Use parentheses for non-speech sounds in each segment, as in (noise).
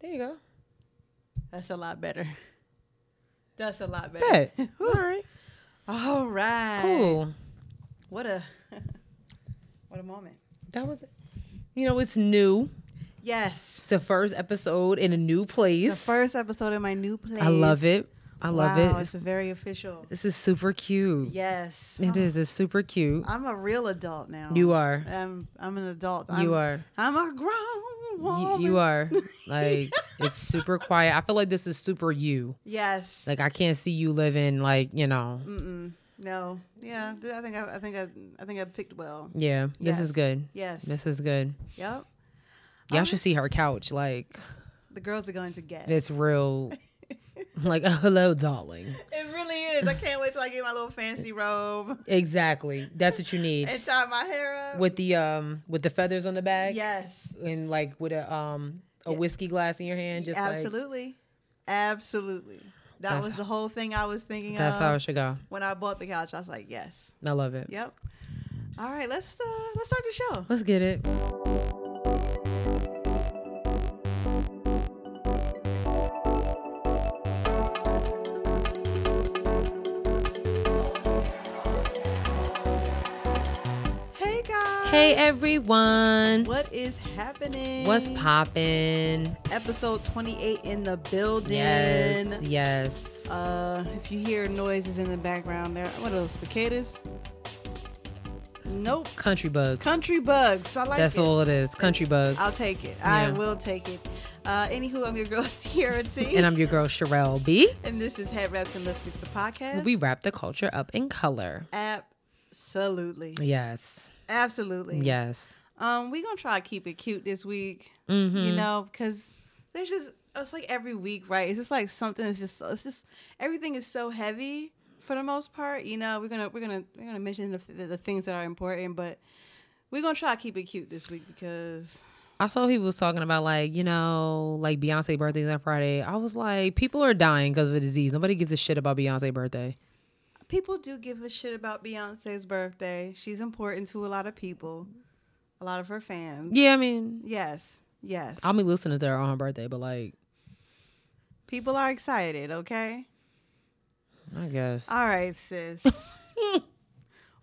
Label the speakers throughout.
Speaker 1: There you go.
Speaker 2: That's a lot better. That's a lot better.
Speaker 1: Bet.
Speaker 2: (laughs)
Speaker 1: All right.
Speaker 2: All right.
Speaker 1: Cool.
Speaker 2: What a (laughs) what a moment.
Speaker 1: That was it. You know, it's new.
Speaker 2: Yes.
Speaker 1: It's the first episode in a new place.
Speaker 2: The first episode of my new place.
Speaker 1: I love it. I love
Speaker 2: wow,
Speaker 1: it.
Speaker 2: It's very official.
Speaker 1: This is super cute.
Speaker 2: Yes.
Speaker 1: It is. It's super cute.
Speaker 2: I'm a real adult now.
Speaker 1: You are.
Speaker 2: I'm I'm an adult.
Speaker 1: you
Speaker 2: Um, I'm-
Speaker 1: are.
Speaker 2: I'm a grown
Speaker 1: You,
Speaker 2: woman.
Speaker 1: you are.
Speaker 2: (laughs)
Speaker 1: Like it's super quiet. I feel like this is super you.
Speaker 2: Yes.
Speaker 1: Like I can't see you living like, you know.
Speaker 2: Mm-mm. No. Yeah. th- I think I, I think I I think I picked well.
Speaker 1: Yeah. This is
Speaker 2: Yes.
Speaker 1: good.
Speaker 2: Yes.
Speaker 1: This is good.
Speaker 2: Yep.
Speaker 1: Y'all
Speaker 2: Um,
Speaker 1: should see her couch. Like
Speaker 2: The girls are going to get.
Speaker 1: it's
Speaker 2: (laughs)
Speaker 1: real like (laughs) hello darling.
Speaker 2: It really is. I can't wait till I get my little
Speaker 1: (laughs)
Speaker 2: fancy robe
Speaker 1: Exactly. That's what you need.
Speaker 2: and tie my hair up.
Speaker 1: With the um with the feathers on the back.
Speaker 2: yes,
Speaker 1: And like with a um a
Speaker 2: Yeah.
Speaker 1: whiskey glass in your hand. Just like
Speaker 2: absolutely, absolutely. That
Speaker 1: That's-
Speaker 2: was the whole thing I was thinking
Speaker 1: that's
Speaker 2: of
Speaker 1: how it should go.
Speaker 2: when I bought the couch. I was like, yes,
Speaker 1: I love it.
Speaker 2: yep. All right, let's uh, let's start the show.
Speaker 1: Let's get it.
Speaker 2: Hey guys,
Speaker 1: Hey everyone.
Speaker 2: what is happening?
Speaker 1: What's poppin'?
Speaker 2: Episode twenty eight in the building.
Speaker 1: Yes, yes.
Speaker 2: Uh, if you hear noises in the background, there. What else? Cicadas? Nope.
Speaker 1: Country bugs.
Speaker 2: Country bugs. I like
Speaker 1: That's
Speaker 2: it.
Speaker 1: all it is. Country bugs.
Speaker 2: I'll take it. I
Speaker 1: Yeah.
Speaker 2: will take it. Uh, anywho, I'm your girl (laughs) Sierra T,
Speaker 1: and I'm your girl Sherelle B.
Speaker 2: and this is Head Wraps and Lipsticks, the podcast.
Speaker 1: We wrap the culture up in color.
Speaker 2: absolutely,
Speaker 1: Yes.
Speaker 2: absolutely.
Speaker 1: Yes. Mm-hmm.
Speaker 2: Um, we gonna try to keep it cute this week. You know, because there's just it's like every week, right? It's just like something is just it's just everything is so heavy for the most part. You know, we're gonna we're gonna we're gonna mention the, the, the things that are important, but we're gonna try to keep it cute this week because
Speaker 1: I saw people was talking about like, you know, like Beyonce birthdays on Friday. I was like, people are dying because of a disease. Nobody gives a shit about Beyonce birthday.
Speaker 2: people do give a shit about Beyonce's birthday. She's important to a lot of people, a lot of her fans.
Speaker 1: Yeah, I mean,
Speaker 2: Yes, yes.
Speaker 1: I'll be listening to her on her birthday, but like,
Speaker 2: people are excited, okay?
Speaker 1: I guess.
Speaker 2: All right, (laughs) sis.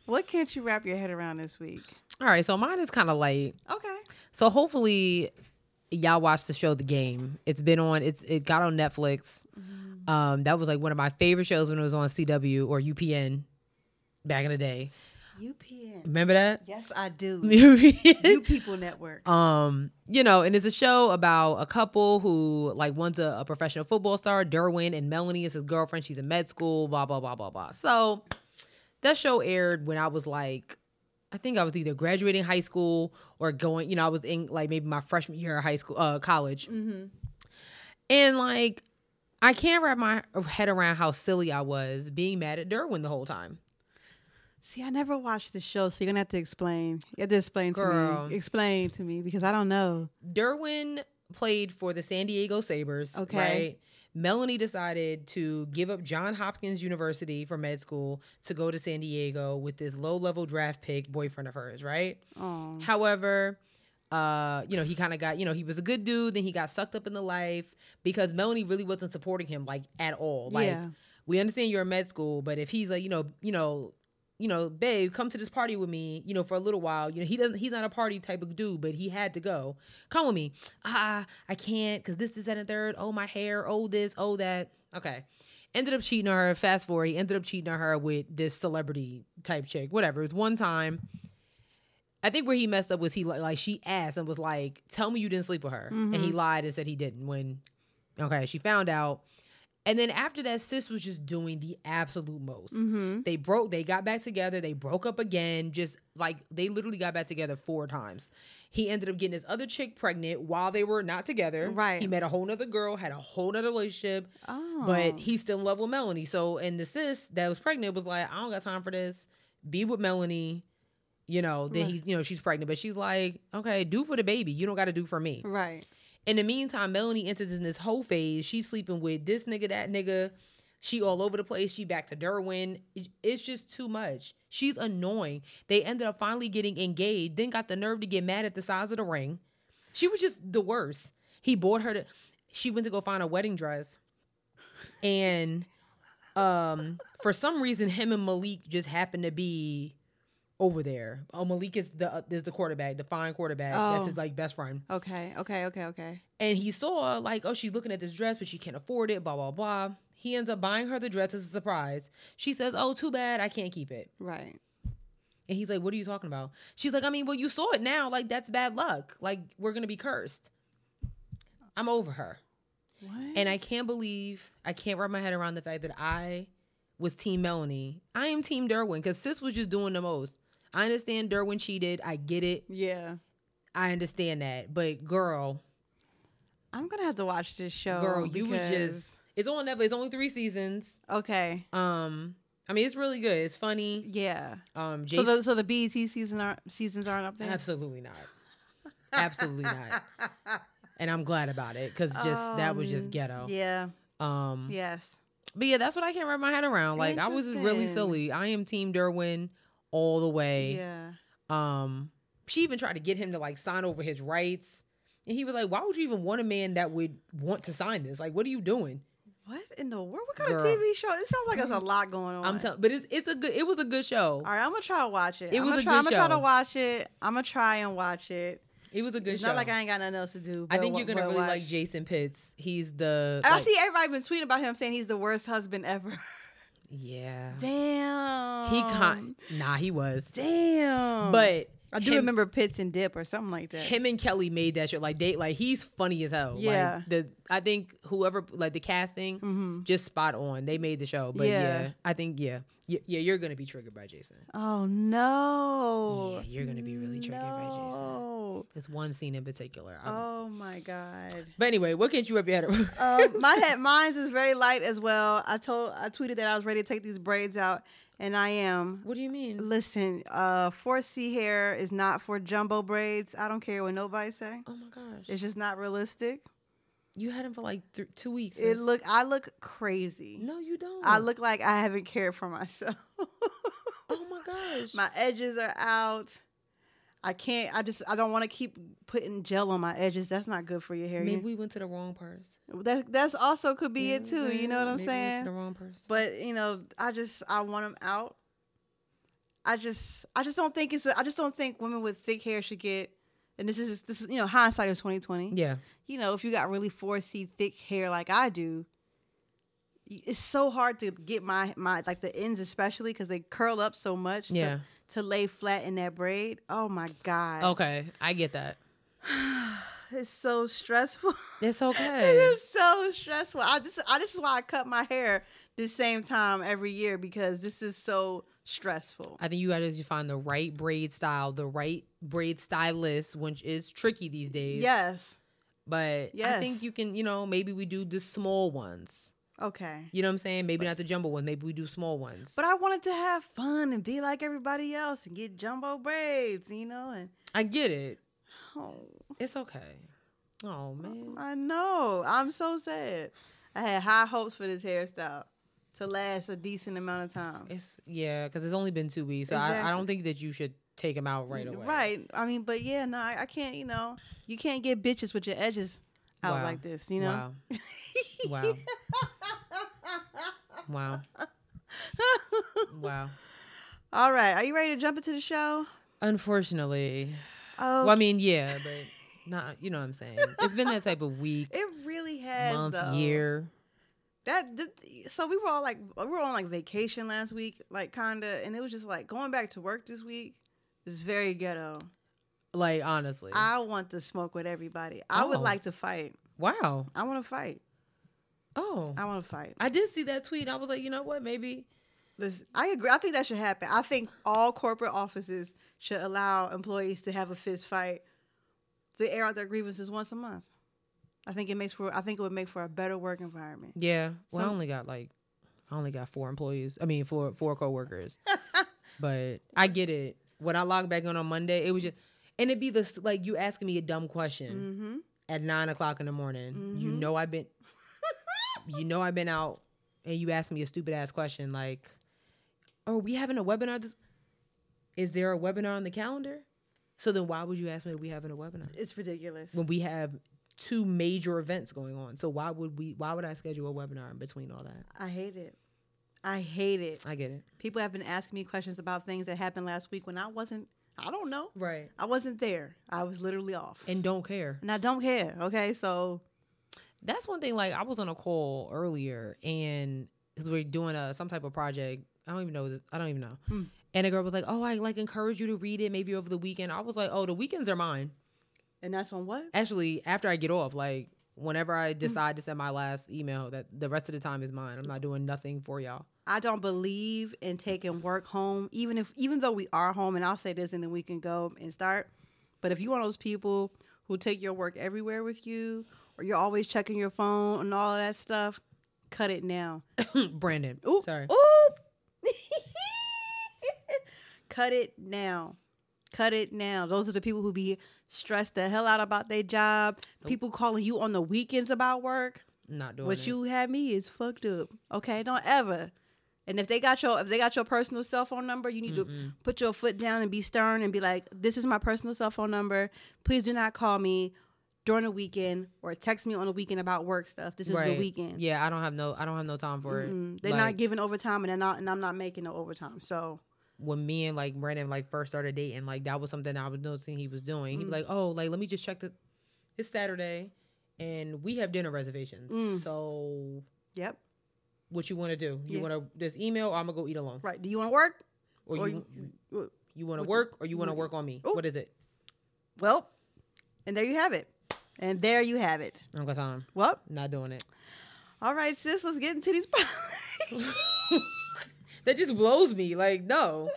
Speaker 2: what can't you wrap your head around this week?
Speaker 1: All right, so mine is kind of light.
Speaker 2: Okay.
Speaker 1: So hopefully y'all watched the show The Game. It's been on it's it got on Netflix. Um that was like one of my favorite shows when it was on CW or UPN back in the day.
Speaker 2: UPN.
Speaker 1: Remember that? (laughs)
Speaker 2: Yes, I (laughs) do.
Speaker 1: UPN.
Speaker 2: you People Network.
Speaker 1: Um, you know, and it's a show about a couple who like one's a, a professional football star, Derwin, and Melanie is his girlfriend. She's in med school, blah, blah, blah, blah, blah. So that show aired when I was like, I think I was either graduating high school or going, you know, I was in like maybe my freshman year of high school, uh, college.
Speaker 2: Mm-hmm.
Speaker 1: And like, I can't wrap my head around how silly I was being mad at Derwin the whole time.
Speaker 2: See, I never watched the show, so you're gonna have to explain. You have to explain to
Speaker 1: Girl.
Speaker 2: me. Explain to me because I don't know.
Speaker 1: Derwin played for the San Diego Sabres.
Speaker 2: Okay.
Speaker 1: Right? Melanie decided to give up John Hopkins University for med school to go to San Diego with this low level draft pick boyfriend of hers, right?
Speaker 2: Oh,
Speaker 1: However, uh, you know, he kind of got, you know, he was a good dude, then he got sucked up in the life because Melanie really wasn't supporting him like at all. Like
Speaker 2: Yeah.
Speaker 1: we understand you're in med school, but if he's like, you know, you know, you know, babe, come to this party with me, you know, for a little while. You know, he doesn't he's not a party type of dude, but he had to go. Come with me. Ah, I can't cuz this is at a third. Oh, my hair. Oh, this, oh that. Okay. Ended up cheating on her. Fast forward, he ended up cheating on her with this celebrity type chick. Whatever. It was one time. I think where he messed up was he li- like she asked and was like, "Tell me you didn't sleep with her," and he lied and said he didn't. When okay, she found out, and then after that, sis was just doing the absolute most.
Speaker 2: Mm-hmm.
Speaker 1: They broke. They got back together. They broke up again. Just like they literally got back together four times. He ended up getting his other chick pregnant while they were not together.
Speaker 2: Right.
Speaker 1: He met a whole nother girl, had a whole nother relationship,
Speaker 2: oh.
Speaker 1: but he's still in love with Melanie. So, and the sis that was pregnant was like, I don't got time for this. Be with Melanie. You know, then
Speaker 2: Right.
Speaker 1: he's, you know, she's pregnant, but she's like, okay, do for the baby. You don't got to do for me.
Speaker 2: right.
Speaker 1: In the meantime, Melanie enters in this whole phase. She's sleeping with this nigga, that nigga. She all over the place. She back to Derwin. It- It's just too much. She's annoying. They ended up finally getting engaged, then got the nerve to get mad at the size of the ring. She was just the worst. He bought her to. she went to go find a wedding dress, and um, for some reason, him and Malik just happened to be over there. Oh, Malik is the uh, is the quarterback, the fine quarterback. That's
Speaker 2: Oh.
Speaker 1: his like best friend.
Speaker 2: Okay, okay, okay, okay.
Speaker 1: And he saw like, oh, she's looking at this dress, but she can't afford it. Blah blah blah. He ends up buying her the dress as a surprise. She says, "Oh, too bad, I can't keep it."
Speaker 2: Right.
Speaker 1: And he's like, "What are you talking about?" She's like, "I mean, well, you saw it now. Like that's bad luck. Like we're gonna be cursed." I'm over her,
Speaker 2: What?
Speaker 1: and I can't believe I can't wrap my head around the fact that I was Team Melanie. I am Team Derwin because Sis was just doing the most. I understand Derwin cheated. I get it.
Speaker 2: yeah.
Speaker 1: I understand that. But girl,
Speaker 2: I'm gonna have to watch this show.
Speaker 1: girl, you was
Speaker 2: because-
Speaker 1: just. It's on Netflix. It's only three seasons.
Speaker 2: okay.
Speaker 1: Um, I mean, it's really good. It's funny.
Speaker 2: Yeah.
Speaker 1: Um,
Speaker 2: So
Speaker 1: Jason,
Speaker 2: the so the BET season are, seasons aren't up there.
Speaker 1: absolutely not. Absolutely
Speaker 2: (laughs)
Speaker 1: not. And I'm glad about it because just that was just
Speaker 2: Um,
Speaker 1: ghetto.
Speaker 2: Yeah.
Speaker 1: Um,
Speaker 2: Yes.
Speaker 1: but yeah, that's what I can't wrap my head around. Like I was really
Speaker 2: Interesting.
Speaker 1: silly. I am Team Derwin all the way.
Speaker 2: Yeah.
Speaker 1: Um, she even tried to get him to like sign over his rights, and he was like, "Why would you even want a man that would want to sign this? Like, what are you doing?"
Speaker 2: What in the world? What kind
Speaker 1: Girl.
Speaker 2: of TV show? It sounds like there's a lot going on.
Speaker 1: I'm telling, but it's it's a good. It was a good show.
Speaker 2: All right, I'm gonna try to watch it.
Speaker 1: It
Speaker 2: I'm
Speaker 1: was
Speaker 2: gonna
Speaker 1: a
Speaker 2: try,
Speaker 1: good
Speaker 2: I'm gonna try
Speaker 1: show.
Speaker 2: to watch it. I'm gonna try and watch it.
Speaker 1: It was a good
Speaker 2: it's
Speaker 1: show.
Speaker 2: not like I ain't got nothing else to do.
Speaker 1: I
Speaker 2: but
Speaker 1: think
Speaker 2: wa-
Speaker 1: you're gonna
Speaker 2: but
Speaker 1: really
Speaker 2: watch.
Speaker 1: like Jason Pitts. He's the.
Speaker 2: And I
Speaker 1: like-
Speaker 2: see everybody been tweeting about him saying he's the worst husband ever.
Speaker 1: Yeah.
Speaker 2: Damn.
Speaker 1: Mm. He con- Nah, he was.
Speaker 2: Damn.
Speaker 1: But
Speaker 2: I do
Speaker 1: him-
Speaker 2: remember Pits and Dip or something like that.
Speaker 1: him and Kelly made that shit. Like they like he's funny as hell.
Speaker 2: Yeah. Mm-hmm.
Speaker 1: Like the I think whoever like the casting just spot on. They made the show. But yeah,
Speaker 2: Yeah.
Speaker 1: I think yeah. Y- yeah, you're gonna be triggered by Jason.
Speaker 2: Oh no.
Speaker 1: Yeah, you're gonna be really triggered by Jason.
Speaker 2: No.
Speaker 1: It's one scene in particular. I'm-
Speaker 2: Oh
Speaker 1: (laughs)
Speaker 2: my god.
Speaker 1: But anyway, what can't you wrap your head around? (laughs)
Speaker 2: um, my head, mine's is very light as well. I told, I tweeted that I was ready to take these braids out, and I am.
Speaker 1: what do you mean?
Speaker 2: Listen, uh, 4C hair is not for jumbo braids. I don't care what nobody say.
Speaker 1: Oh my gosh.
Speaker 2: It's just not realistic.
Speaker 1: You had him for like th- two weeks.
Speaker 2: It
Speaker 1: sis.
Speaker 2: look, I look crazy.
Speaker 1: No, you don't.
Speaker 2: I look like I haven't cared for myself. (laughs)
Speaker 1: Oh my gosh.
Speaker 2: my edges are out. I can't. I just. I don't want to keep putting gel on my edges. That's not good for your hair.
Speaker 1: Maybe
Speaker 2: You-
Speaker 1: we went to the wrong purse.
Speaker 2: That that's also could be it
Speaker 1: know
Speaker 2: too. You know what I'm
Speaker 1: Maybe we went
Speaker 2: saying?
Speaker 1: to the wrong purse.
Speaker 2: but you know i just i want them out i just i just don't think it's a, i just don't think women with thick hair should get and this is this is you know hindsight is 2020
Speaker 1: yeah.
Speaker 2: you know if you got really 4c thick hair like i do y- it's so hard to get my my like the ends especially because they curl up so much to-
Speaker 1: Yeah.
Speaker 2: to, lay flat in that braid oh my god
Speaker 1: Okay. I get that.
Speaker 2: it's so stressful (laughs)
Speaker 1: It's okay.
Speaker 2: It is so stressful. I this I, this is why I cut my hair the same time every year because this is so stressful.
Speaker 1: I think you gotta just find the right braid style, the right braid stylist, which is tricky these days.
Speaker 2: Yes.
Speaker 1: But I
Speaker 2: Yes.
Speaker 1: think you can, you know, maybe we do the small ones.
Speaker 2: Okay.
Speaker 1: You know what I'm saying? Maybe not the jumbo ones. Maybe we do small ones.
Speaker 2: But I wanted to have fun and be like everybody else and get jumbo braids, you know, and
Speaker 1: I get it.
Speaker 2: oh,
Speaker 1: It's okay. Oh man.
Speaker 2: I know. I'm so sad. I had high hopes for this hairstyle to last a decent amount of time.
Speaker 1: It's yeah, because it's only been two weeks, so I, I don't
Speaker 2: Exactly.
Speaker 1: think that you should take them out right away.
Speaker 2: Right. I mean, but yeah, no, I, I can't, you know, you can't get bitches with your edges out
Speaker 1: Wow.
Speaker 2: like this, you know. (laughs)
Speaker 1: Wow. Wow. wow. Wow.
Speaker 2: All right. Are you ready to jump into the show?
Speaker 1: Unfortunately,
Speaker 2: Oh,
Speaker 1: Well, I mean, yeah, but not. You know what I'm saying? It's been that type (laughs) of week,
Speaker 2: it really has
Speaker 1: month,
Speaker 2: though.
Speaker 1: year.
Speaker 2: That th- so we were all like we were on like vacation last week, like kinda, and it was just like going back to work this week is very ghetto.
Speaker 1: Like honestly,
Speaker 2: I want to smoke with everybody. I would
Speaker 1: Oh.
Speaker 2: like to fight.
Speaker 1: wow.
Speaker 2: I want to fight.
Speaker 1: Oh,
Speaker 2: I want to fight.
Speaker 1: I did see that tweet. I was like, you know what? Maybe
Speaker 2: Listen, I agree. I think that should happen. I think all corporate offices should allow employees to have a fist fight to air out their grievances once a month. I think it makes for. I think it would make for a better work environment.
Speaker 1: yeah. Well, I
Speaker 2: Some-
Speaker 1: only got like, I only got four employees. I mean, four four (laughs) coworkers. but I get it. When I logged back in on Monday, it was just, and it'd be this like you asking me a dumb question
Speaker 2: Mm-hmm.
Speaker 1: at nine o'clock in the morning. You know I've been, you know I've been out, and you ask me a stupid ass question like, "Are we having a webinar? This, is there a webinar on the calendar?" So then why would you ask me if we having a webinar
Speaker 2: It's ridiculous.
Speaker 1: when we have two major events going on. So why would we? Why would I schedule a webinar in between all that?
Speaker 2: I hate it. I hate it.
Speaker 1: I get it.
Speaker 2: People have been asking me questions about things that happened last week when I wasn't. I don't know.
Speaker 1: Right.
Speaker 2: I wasn't there. I was literally off,
Speaker 1: And don't care.
Speaker 2: and I don't care. Okay, so
Speaker 1: That's one thing. Like I was on a call earlier, and because we're doing a some type of project. I don't even know. this- I don't even know.
Speaker 2: Hmm.
Speaker 1: And a girl was like, "Oh, I like encourage you to read it maybe over the weekend." I was like, "Oh, the weekends are mine."
Speaker 2: and that's on what?
Speaker 1: Actually, after I get off, like whenever
Speaker 2: Hmm.
Speaker 1: I decide to send my last email, that the rest of the time is mine. I'm not doing nothing for
Speaker 2: (laughs)
Speaker 1: y'all.
Speaker 2: I don't believe in taking work home, even if even though we are home, and I'll say this and then we can go and start. But if you one of those people who take your work everywhere with you, or you're always checking your phone and all of that stuff, cut it now.
Speaker 1: Brandon,
Speaker 2: Ooh,
Speaker 1: sorry.
Speaker 2: Ooh. (laughs) cut it now. Cut it now. Those are the people who be stressed the hell out about their job. People calling you on the weekends about work.
Speaker 1: Not doing
Speaker 2: What
Speaker 1: it.
Speaker 2: you had me is fucked up. Okay, don't ever. And if they got your if they got your personal cell phone number, you need to
Speaker 1: Mm-hmm.
Speaker 2: put your foot down and be stern and be like, "This is my personal cell phone number. Please do not call me during the weekend or text me on the weekend about work stuff. This is
Speaker 1: Right.
Speaker 2: the weekend.
Speaker 1: Yeah, I don't have no. I don't have no time for it.
Speaker 2: Mm, they're
Speaker 1: Like-
Speaker 2: not giving overtime, and they're not, and I'm not making no overtime. So
Speaker 1: when me and like Brandon like first started dating, like that was something I was noticing he was doing.
Speaker 2: Mm.
Speaker 1: He'd be like, "Oh, like let me just check the it's Saturday, and we have dinner reservations.
Speaker 2: Mm.
Speaker 1: So
Speaker 2: yep,
Speaker 1: what you want to do? You
Speaker 2: Yeah.
Speaker 1: want to this email? or I'm gonna go eat alone,
Speaker 2: right. Do you want to work?
Speaker 1: or,
Speaker 2: Or
Speaker 1: you
Speaker 2: you-
Speaker 1: you, want to
Speaker 2: what- Oh.
Speaker 1: work, or you want to
Speaker 2: what-
Speaker 1: work on me?
Speaker 2: Ooh.
Speaker 1: What is it?
Speaker 2: Well, and there you have it. And there you have it.
Speaker 1: I don't got time.
Speaker 2: Well,
Speaker 1: "Um, Not doing it.
Speaker 2: all right, sis. Let's get into
Speaker 1: (laughs)
Speaker 2: these. (laughs)
Speaker 1: That just blows me. Like no,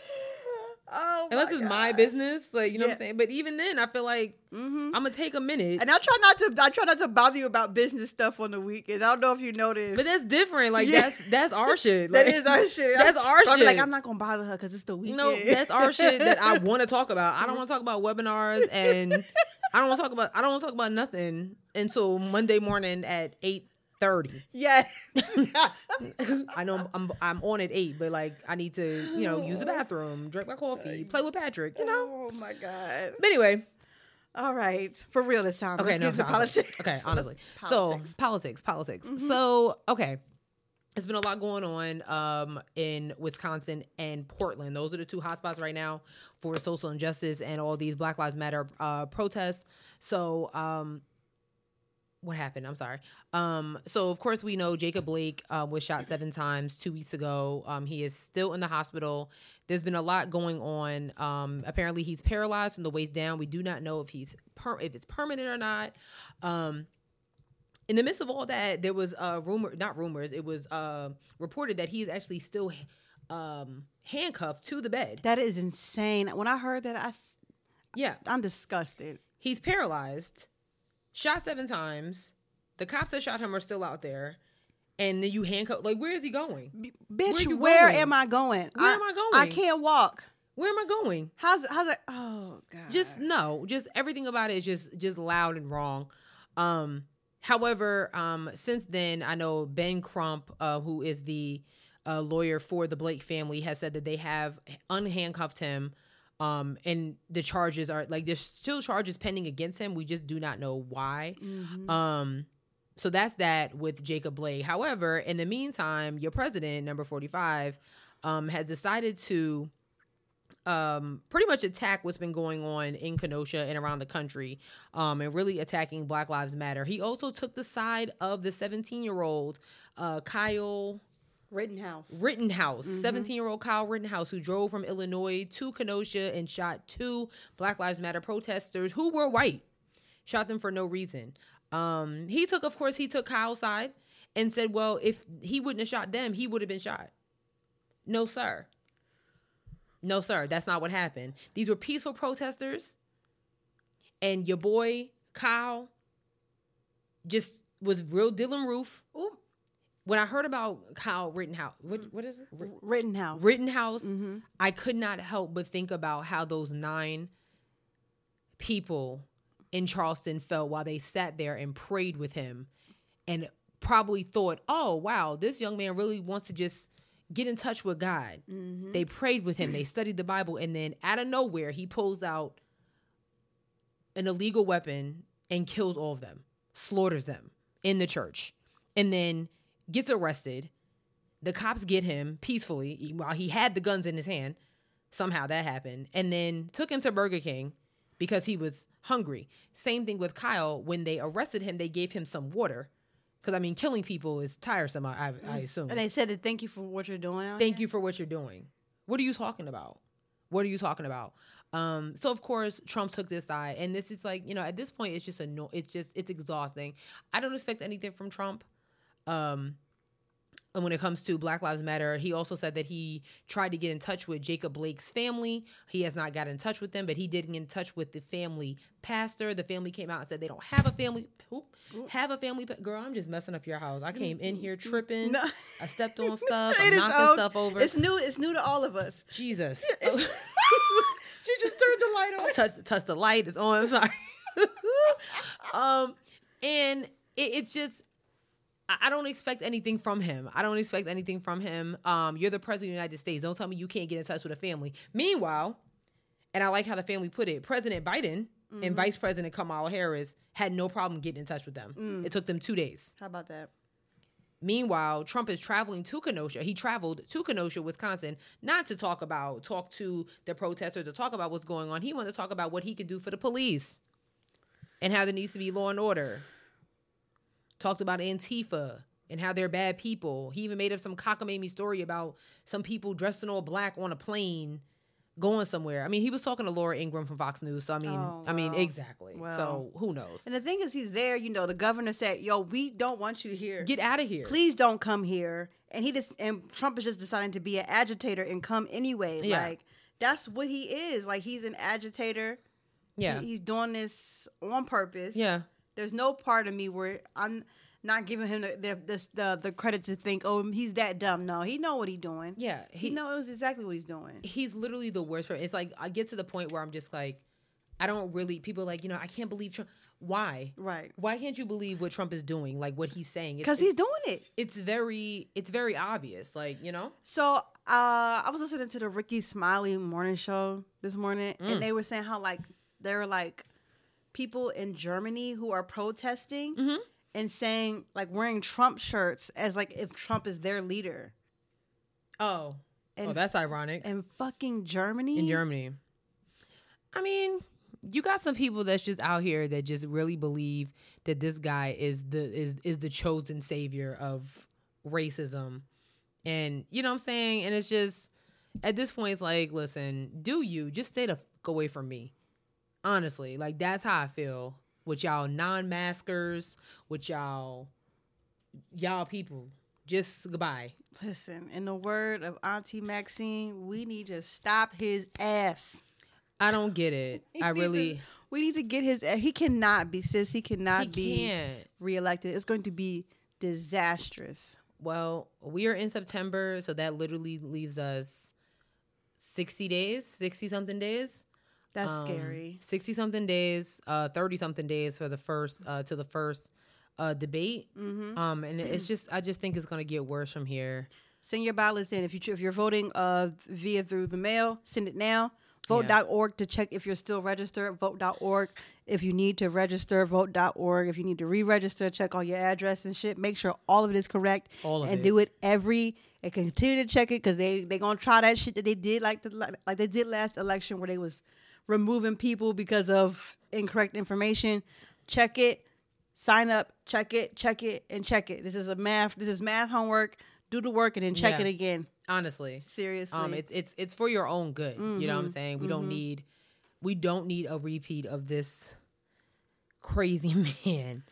Speaker 2: oh,
Speaker 1: unless it's my business. Like you know what I'm
Speaker 2: Yeah.
Speaker 1: saying. But even then, I feel like
Speaker 2: Mm-hmm.
Speaker 1: I'm gonna take a minute.
Speaker 2: And I try not to. I try not to bother you about business stuff on the weekends. I don't know if you noticed.
Speaker 1: But that's different. Like
Speaker 2: Yeah.
Speaker 1: that's that's our shit.
Speaker 2: (laughs) that
Speaker 1: Like-
Speaker 2: is our shit.
Speaker 1: That's our
Speaker 2: I'll be Like
Speaker 1: shit.
Speaker 2: I'm not gonna bother her because it's the weekend.
Speaker 1: No, that's our shit that
Speaker 2: (laughs)
Speaker 1: I want to talk about. I don't want to talk about webinars and I don't want to talk about I don't want to talk about nothing until Monday morning at eight thirty. (laughs)
Speaker 2: Yes. (laughs)
Speaker 1: I know I'm, I'm I'm on at eight, but like I need to you know use the bathroom, drink my coffee, play with Patrick, you know.
Speaker 2: Oh my god.
Speaker 1: But anyway,
Speaker 2: All right, for real this time.
Speaker 1: okay,
Speaker 2: Um, Let's
Speaker 1: no
Speaker 2: get to
Speaker 1: politics.
Speaker 2: politics.
Speaker 1: Okay,
Speaker 2: Let's-
Speaker 1: honestly,
Speaker 2: politics. Mm-hmm.
Speaker 1: so politics, politics. So okay. It's been a lot going on um, in Wisconsin and Portland. Those are the two hotspots right now for social injustice and all these Black Lives Matter uh, protests. So, um, what happened? I'm sorry. Um, so, of course, we know Jacob Blake uh, was shot seven times two weeks ago. Um, he is still in the hospital. There's been a lot going on. Um, apparently, he's paralyzed from the waist down. We do not know if he's per- if it's permanent or not. Um, in the midst of all that, there was uh, rumor, not rumors, it was uh, reported that he is actually still um, handcuffed to the bed.
Speaker 2: (laughs) that is insane. When I heard that, I s-
Speaker 1: Yeah,
Speaker 2: I'm disgusted.
Speaker 1: he's paralyzed, shot seven times. The cops that shot him are still out there, and then you handcuff. Like, where is he going?
Speaker 2: B- bitch,
Speaker 1: Where
Speaker 2: where,
Speaker 1: you going?
Speaker 2: am I going?
Speaker 1: Where am I going?
Speaker 2: I can't walk.
Speaker 1: Where am I going?
Speaker 2: How's how's it? Oh god.
Speaker 1: Just no. Just everything about it is just just loud and wrong. Um, however, um, since then, I know Ben Crump, uh, who is the uh, lawyer for the Blake family, has said that they have unhandcuffed him. Um, and the charges are like there's still charges pending against him. We just do not know why.
Speaker 2: Mhm.
Speaker 1: Um, so that's that with Jacob Blake. However, in the meantime, your president, number 45, um, has decided to um, pretty much attack what's been going on in Kenosha and around the country um, and really attacking Black Lives Matter. He also took the side of the 17 year old uh, Kyle.
Speaker 2: Rittenhouse.
Speaker 1: Rittenhouse, 17 year old Kyle Rittenhouse, who drove from Illinois to Kenosha and shot two Black Lives Matter protesters who were white, shot them for no reason. Um, he took, of course, he took Kyle's side and said, well, if he wouldn't have shot them, he would have been shot. No, sir. No, sir. That's not what happened. These were peaceful protesters, and your boy, Kyle, just was real Dylan Roof
Speaker 2: Ooh,
Speaker 1: when I heard about Kyle Rittenhouse, what, what is it?
Speaker 2: R- Rittenhouse.
Speaker 1: Rittenhouse,
Speaker 2: Mhm.
Speaker 1: I could not help but think about how those nine people in Charleston felt while they sat there and prayed with him and probably thought, oh, wow, this young man really wants to just get in touch with God.
Speaker 2: Mm-hmm.
Speaker 1: They prayed with him, they studied the Bible, and then out of nowhere, he pulls out an illegal weapon and kills all of them. slaughters them in the church, and then gets arrested. The cops get him peacefully e, while he had the guns in his hand. Somehow that happened, and then took him to Burger King because he was hungry. Same thing with Kyle. When they arrested him, they gave him some water because I mean, killing people is tiresome. I, I, I assume.
Speaker 2: And they said that thank you for what you're doing. out
Speaker 1: Thank
Speaker 2: here."
Speaker 1: you for what you're doing. What are you talking about? What are you talking about? Um, so of course Trump took this side, and this is like you know at this point it's just anno- it's just it's exhausting. I don't expect anything from Trump. Um, and when it comes to Black Lives Matter, he also said that he tried to get in touch with Jacob Blake's family. He has not got in touch with them, but he did get in touch with the family pastor. The family came out and said they don't have a family. Oop, have a family. pa- Girl, I'm just messing up your house. I came in here tripping. (laughs)
Speaker 2: No.
Speaker 1: I stepped
Speaker 2: (laughs)
Speaker 1: on stuff.
Speaker 2: It
Speaker 1: I'm
Speaker 2: is
Speaker 1: knocking
Speaker 2: old.
Speaker 1: stuff over. Oh.
Speaker 2: It's new. It's new to all of
Speaker 1: (laughs)
Speaker 2: us. (laughs)
Speaker 1: Jesus.
Speaker 2: she just turned the light
Speaker 1: (laughs)
Speaker 2: on.
Speaker 1: touch touch the light is on. I'm sorry. (laughs) um, and it, it's just I, I don't expect anything from him. I don't expect anything from him. Um, you're the president of the United States. Don't tell me you can't get in touch with a family. Meanwhile, and I like how the family put it. President Biden
Speaker 2: Mm-hmm.
Speaker 1: and Vice President Kamala Harris had no problem getting in touch with them.
Speaker 2: Mm.
Speaker 1: It took them two days.
Speaker 2: How about that?
Speaker 1: Meanwhile, Trump is traveling to Kenosha. He traveled to Kenosha, Wisconsin, not to talk about, talk to the protesters, to talk about what's going on. He wanted to talk about what he could do for the police and how there needs to be law and order. Talked about Antifa and how they're bad people. He even made up some cockamamie story about some people dressed in all black on a plane going somewhere. I mean, he was talking to Laura Ingram from Fox News. So I mean,
Speaker 2: Oh,
Speaker 1: I mean,
Speaker 2: wow.
Speaker 1: exactly. So
Speaker 2: Wow.
Speaker 1: who knows?
Speaker 2: And the thing is, he's there. You know, the governor said, "Yo, we don't want you here.
Speaker 1: Get out of here.
Speaker 2: Please don't come here." And he just and Trump is just deciding to be an agitator and come anyway.
Speaker 1: Yeah.
Speaker 2: Like that's what he is. Like he's an agitator.
Speaker 1: Yeah.
Speaker 2: He- he's doing this on purpose.
Speaker 1: Yeah.
Speaker 2: There's no part of me where I'm not giving him the the the, the, the credit to think, oh, he's that dumb. No, he know what he's doing.
Speaker 1: Yeah.
Speaker 2: he, knows exactly what he's doing.
Speaker 1: he's literally the worst person. It's like I get to the point where I'm just like, I don't really. People are like you know I can't believe Trump. Why?
Speaker 2: Right,
Speaker 1: Why can't you believe what Trump is doing? Like what he's saying? It's-
Speaker 2: because he's doing it.
Speaker 1: It's very. It's very obvious. Like you know.
Speaker 2: So uh, I was listening to the Ricky Smiley morning show this morning,
Speaker 1: Mm.
Speaker 2: and they were saying how like there are like people in Germany who are protesting
Speaker 1: Mm-hmm.
Speaker 2: and saying like wearing Trump shirts as like if Trump is their leader.
Speaker 1: Oh.
Speaker 2: And
Speaker 1: oh, that's ironic.
Speaker 2: in fucking Germany.
Speaker 1: in Germany. I mean, you got some people that's just out here that just really believe that this guy is the is is the chosen savior of racism. And you know what I'm saying? And it's just at this point it's like, listen, do you just stay the fuck away from me. Honestly, like that's how I feel with y'all non-maskers, with y'all y'all people. Just goodbye.
Speaker 2: Listen, in the word of Auntie Maxine, we need to stop his ass.
Speaker 1: I don't get (laughs) it. I
Speaker 2: We need to-
Speaker 1: really
Speaker 2: we need to get his. a- He cannot be sis. He cannot
Speaker 1: he
Speaker 2: be
Speaker 1: can't.
Speaker 2: reelected. It's going to be disastrous.
Speaker 1: Well, we are in September, so that literally leaves us 60 days, 60 something days.
Speaker 2: That's
Speaker 1: Um,
Speaker 2: scary.
Speaker 1: 60 something days, uh 30 something days for the first uh to the first uh debate.
Speaker 2: Mm-hmm.
Speaker 1: Um and it's just I just think it's going to get worse from here.
Speaker 2: Send your ballots in if you if you're voting uh via through the mail. Send it now.
Speaker 1: Yeah.
Speaker 2: Vote.org to check if you're still registered. Vote.org if you need to register. Vote.org if you need to re-register. Check all your address and shit. Make sure all of it is correct.
Speaker 1: All of
Speaker 2: and
Speaker 1: it.
Speaker 2: do it every and continue to check it because they they gonna try that shit that they did like the like they did last election where they was removing people because of incorrect information. Check it, sign up, check it, check it, and check it. This is a math. This is math homework. Do the work and then check
Speaker 1: Yeah.
Speaker 2: it again.
Speaker 1: Honestly.
Speaker 2: Seriously,
Speaker 1: Um it's it's it's for your own good. You know what I'm saying? We don't need we don't need a repeat of this crazy (laughs) man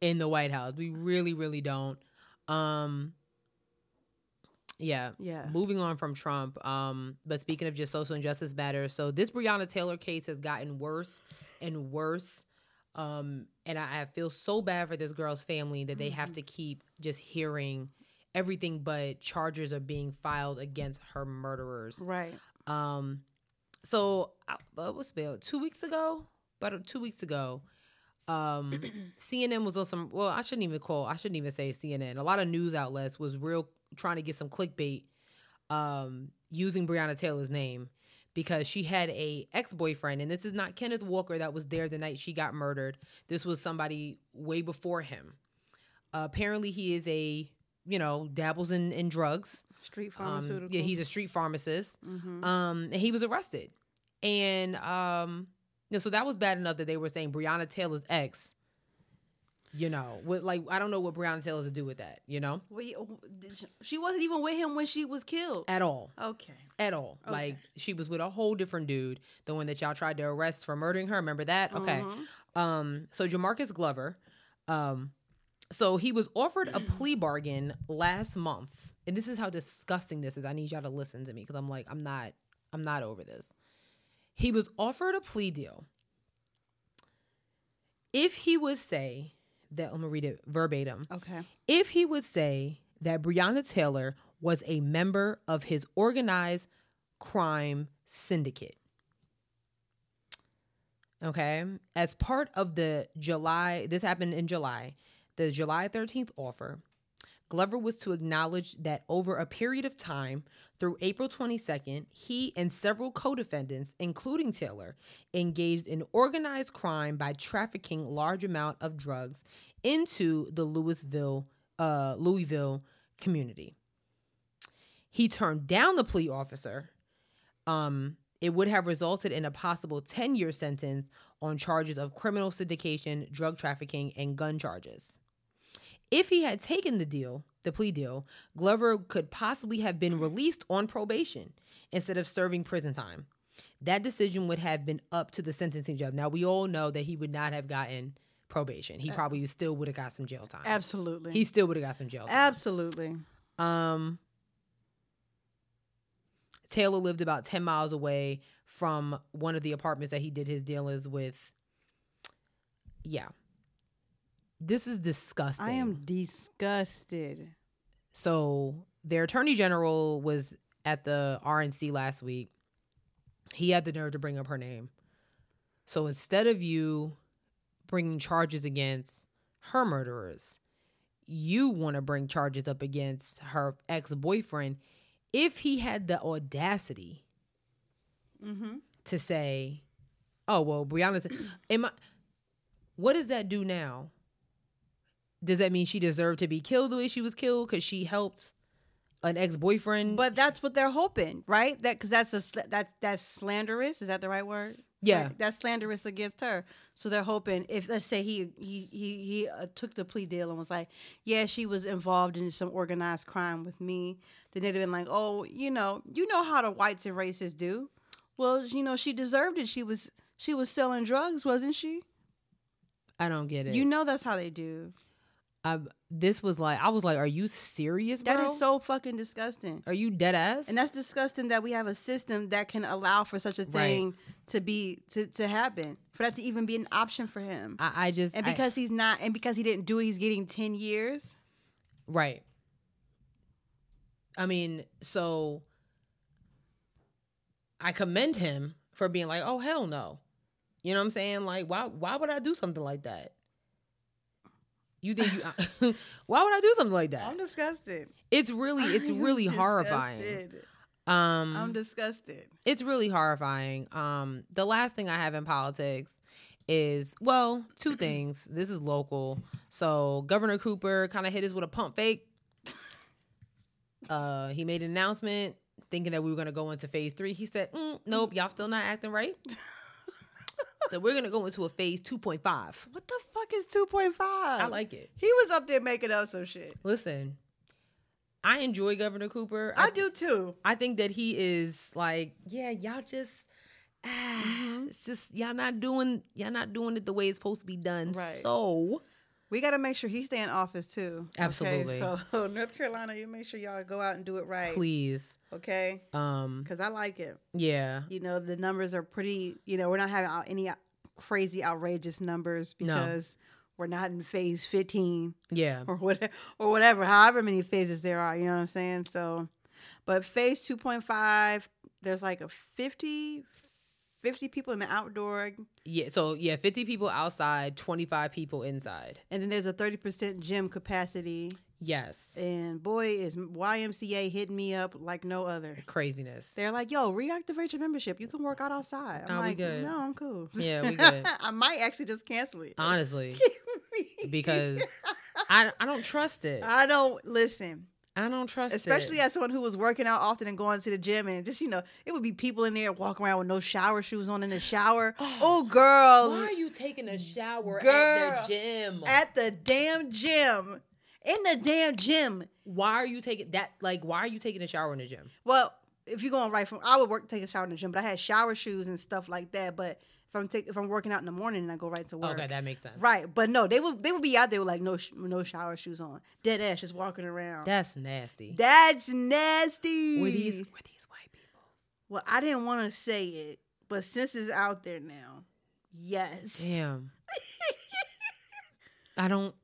Speaker 1: in the White House. We really really don't. Um yeah.
Speaker 2: yeah.
Speaker 1: Moving on from Trump, um, but speaking of just social injustice matters, so this Breonna Taylor case has gotten worse and worse. Um, and I, I feel so bad for this girl's family that they have to keep just hearing everything but charges are being filed against her murderers.
Speaker 2: Right.
Speaker 1: Um, so uh, what was it about two weeks ago? About two weeks ago, um, CNN was on some. Well, I shouldn't even call. I shouldn't even say CNN. A lot of news outlets was real trying to get some clickbait, um, using Breonna Taylor's name because she had a ex-boyfriend and this is not Kenneth Walker that was there the night she got murdered. This was somebody way before him. Uh, apparently he is a, you know, dabbles in in drugs.
Speaker 2: Street
Speaker 1: Um,
Speaker 2: pharmaceuticals.
Speaker 1: yeah, he's a street pharmacist.
Speaker 2: Mhm.
Speaker 1: Um, and he was arrested. And um, you know, so that was bad enough that they were saying Breonna Taylor's ex, you know, with like I don't know what Breonna Taylor's to do with that, you know,
Speaker 2: Well, you- did she- she wasn't even with him when she was killed.
Speaker 1: at all.
Speaker 2: Okay.
Speaker 1: At all.
Speaker 2: Okay.
Speaker 1: Like she was with a whole different dude, the one that y'all tried to arrest for murdering her. Remember that? Okay.
Speaker 2: Mhm.
Speaker 1: Um, so Jamarcus Glover, um, so he was offered a plea bargain last month, and this is how disgusting this is. I need y'all to listen to me because I'm like, I'm not, I'm not over this. He was offered a plea deal. If he would say that, I'm gonna read it verbatim.
Speaker 2: Okay.
Speaker 1: If he would say that Breonna Taylor was a member of his organized crime syndicate. Okay. As part of the July, this happened in July, the July 13th offer, Glover was to acknowledge that over a period of time through April 22nd, he and several co defendants, including Taylor, engaged in organized crime by trafficking large amount of drugs into the Louisville, uh, Louisville community. He turned down the plea officer. Um, it would have resulted in a possible 10 year sentence on charges of criminal syndication, drug trafficking, and gun charges. If he had taken the deal, the plea deal, Glover could possibly have been released on probation instead of serving prison time. That decision would have been up to the sentencing judge. Now, we all know that he would not have gotten probation. He probably still would have got some jail time.
Speaker 2: Absolutely.
Speaker 1: He still would have got some jail time.
Speaker 2: Absolutely.
Speaker 1: Um, Taylor lived about 10 miles away from one of the apartments that he did his dealings with. Yeah. This is disgusting.
Speaker 2: I am disgusted.
Speaker 1: So their attorney general was at the RNC last week. He had the nerve to bring up her name. So instead of you bringing charges against her murderers, you want to bring charges up against her ex boyfriend if he had the audacity
Speaker 2: Mm-hmm.
Speaker 1: to say, "Oh well, Brianna," am I? What does that do now? Does that mean she deserved to be killed the way she was killed because she helped an ex boyfriend?
Speaker 2: But that's what they're hoping, right? That because that's a sl- that's that's slanderous. Is that the right word?
Speaker 1: Yeah.
Speaker 2: Like, that's slanderous against her. So they're hoping if let's say he he he he uh, took the plea deal and was like, yeah, she was involved in some organized crime with me. Then they'd have been like, oh, you know, you know how the whites and racists do. Well, you know, she deserved it. She was she was selling drugs, wasn't she?
Speaker 1: I don't get it.
Speaker 2: You know, that's how they do.
Speaker 1: I, this was like I was like, "Are you serious, bro?
Speaker 2: That is so fucking disgusting.
Speaker 1: Are you dead ass?"
Speaker 2: And that's disgusting that we have a system that can allow for such a thing to be to, to happen, for that to even be an option for him.
Speaker 1: I, I just
Speaker 2: and
Speaker 1: I-
Speaker 2: because he's not, and because he didn't do it, he's getting ten years.
Speaker 1: Right. I mean, so I commend him for being like, "Oh hell no." You know what I'm saying? Like, why why would I do something like that? You think you (laughs) Why would I do something like that?
Speaker 2: disgusted.
Speaker 1: It's really
Speaker 2: (laughs)
Speaker 1: it's really horrifying. Um
Speaker 2: I'm disgusted.
Speaker 1: it's really horrifying. Um, the last thing I have in politics is well, two things. This is local, so Governor Cooper kind of hit us with a pump fake. Uh, he made an announcement thinking that we were gonna go into phase three. He said, mm, "Nope, y'all still not acting right." so we're gonna go into a phase two point five.
Speaker 2: What the fuck is two point five?
Speaker 1: I like it.
Speaker 2: He was up there making up some shit.
Speaker 1: Listen, I enjoy Governor Cooper.
Speaker 2: I do too.
Speaker 1: I think that he is like, yeah, y'all just ah,
Speaker 2: Mm-hmm.
Speaker 1: it's just y'all not doing y'all not doing it the way it's supposed to be done.
Speaker 2: Right.
Speaker 1: So
Speaker 2: We got to make sure he stay in office too. Okay,
Speaker 1: Absolutely.
Speaker 2: so (laughs) North Carolina, you make sure y'all go out and do it right.
Speaker 1: please.
Speaker 2: Okay,
Speaker 1: Um
Speaker 2: because I like it.
Speaker 1: yeah.
Speaker 2: you know the numbers are pretty you know we're not having out any out- crazy outrageous numbers
Speaker 1: No.
Speaker 2: because we're not in phase 15
Speaker 1: Yeah.
Speaker 2: or (laughs) whatever or whatever however many phases there are you know what i'm saying so but phase 2.5 there's like a 50 50 people in the outdoor
Speaker 1: Yeah. So yeah, fifty people outside, twenty five people inside.
Speaker 2: and then there's a 30% gym capacity
Speaker 1: Yes.
Speaker 2: And boy, is YMCA hitting me up like no other.
Speaker 1: Craziness.
Speaker 2: They're like, yo, reactivate your membership. You can work out outside. I'm
Speaker 1: Oh, we
Speaker 2: like,
Speaker 1: good.
Speaker 2: no, I'm
Speaker 1: (laughs)
Speaker 2: cool.
Speaker 1: Yeah,
Speaker 2: (laughs)
Speaker 1: we good.
Speaker 2: I might actually just cancel it. (laughs)
Speaker 1: Honestly, because I I don't trust it.
Speaker 2: I don't listen,
Speaker 1: I don't trust
Speaker 2: especially
Speaker 1: it.
Speaker 2: as someone who was working out often and going to the gym, and just you know, it would be people in there walking around with no shower shoes on in
Speaker 1: (gasps)
Speaker 2: the shower.
Speaker 1: Oh,
Speaker 2: Oh, girl,
Speaker 1: Why are you taking a shower
Speaker 2: Girl,
Speaker 1: at the gym?
Speaker 2: at the damn gym, in the damn gym.
Speaker 1: why are you taking that? Like, why are you taking a shower in the gym?
Speaker 2: Well, if you're going right from, I would work take a shower in the gym, but I had shower shoes and stuff like that. But if I'm take, if I'm working out in the morning and I go right to work,
Speaker 1: Okay, that makes sense.
Speaker 2: Right, but no, they would they would be out there with like no sh- no shower shoes on, dead ass, just walking around.
Speaker 1: That's nasty.
Speaker 2: That's nasty.
Speaker 1: were these were these white people?
Speaker 2: Well, I didn't want to say it, but since it's out there now, yes, (laughs)
Speaker 1: Damn. I don't.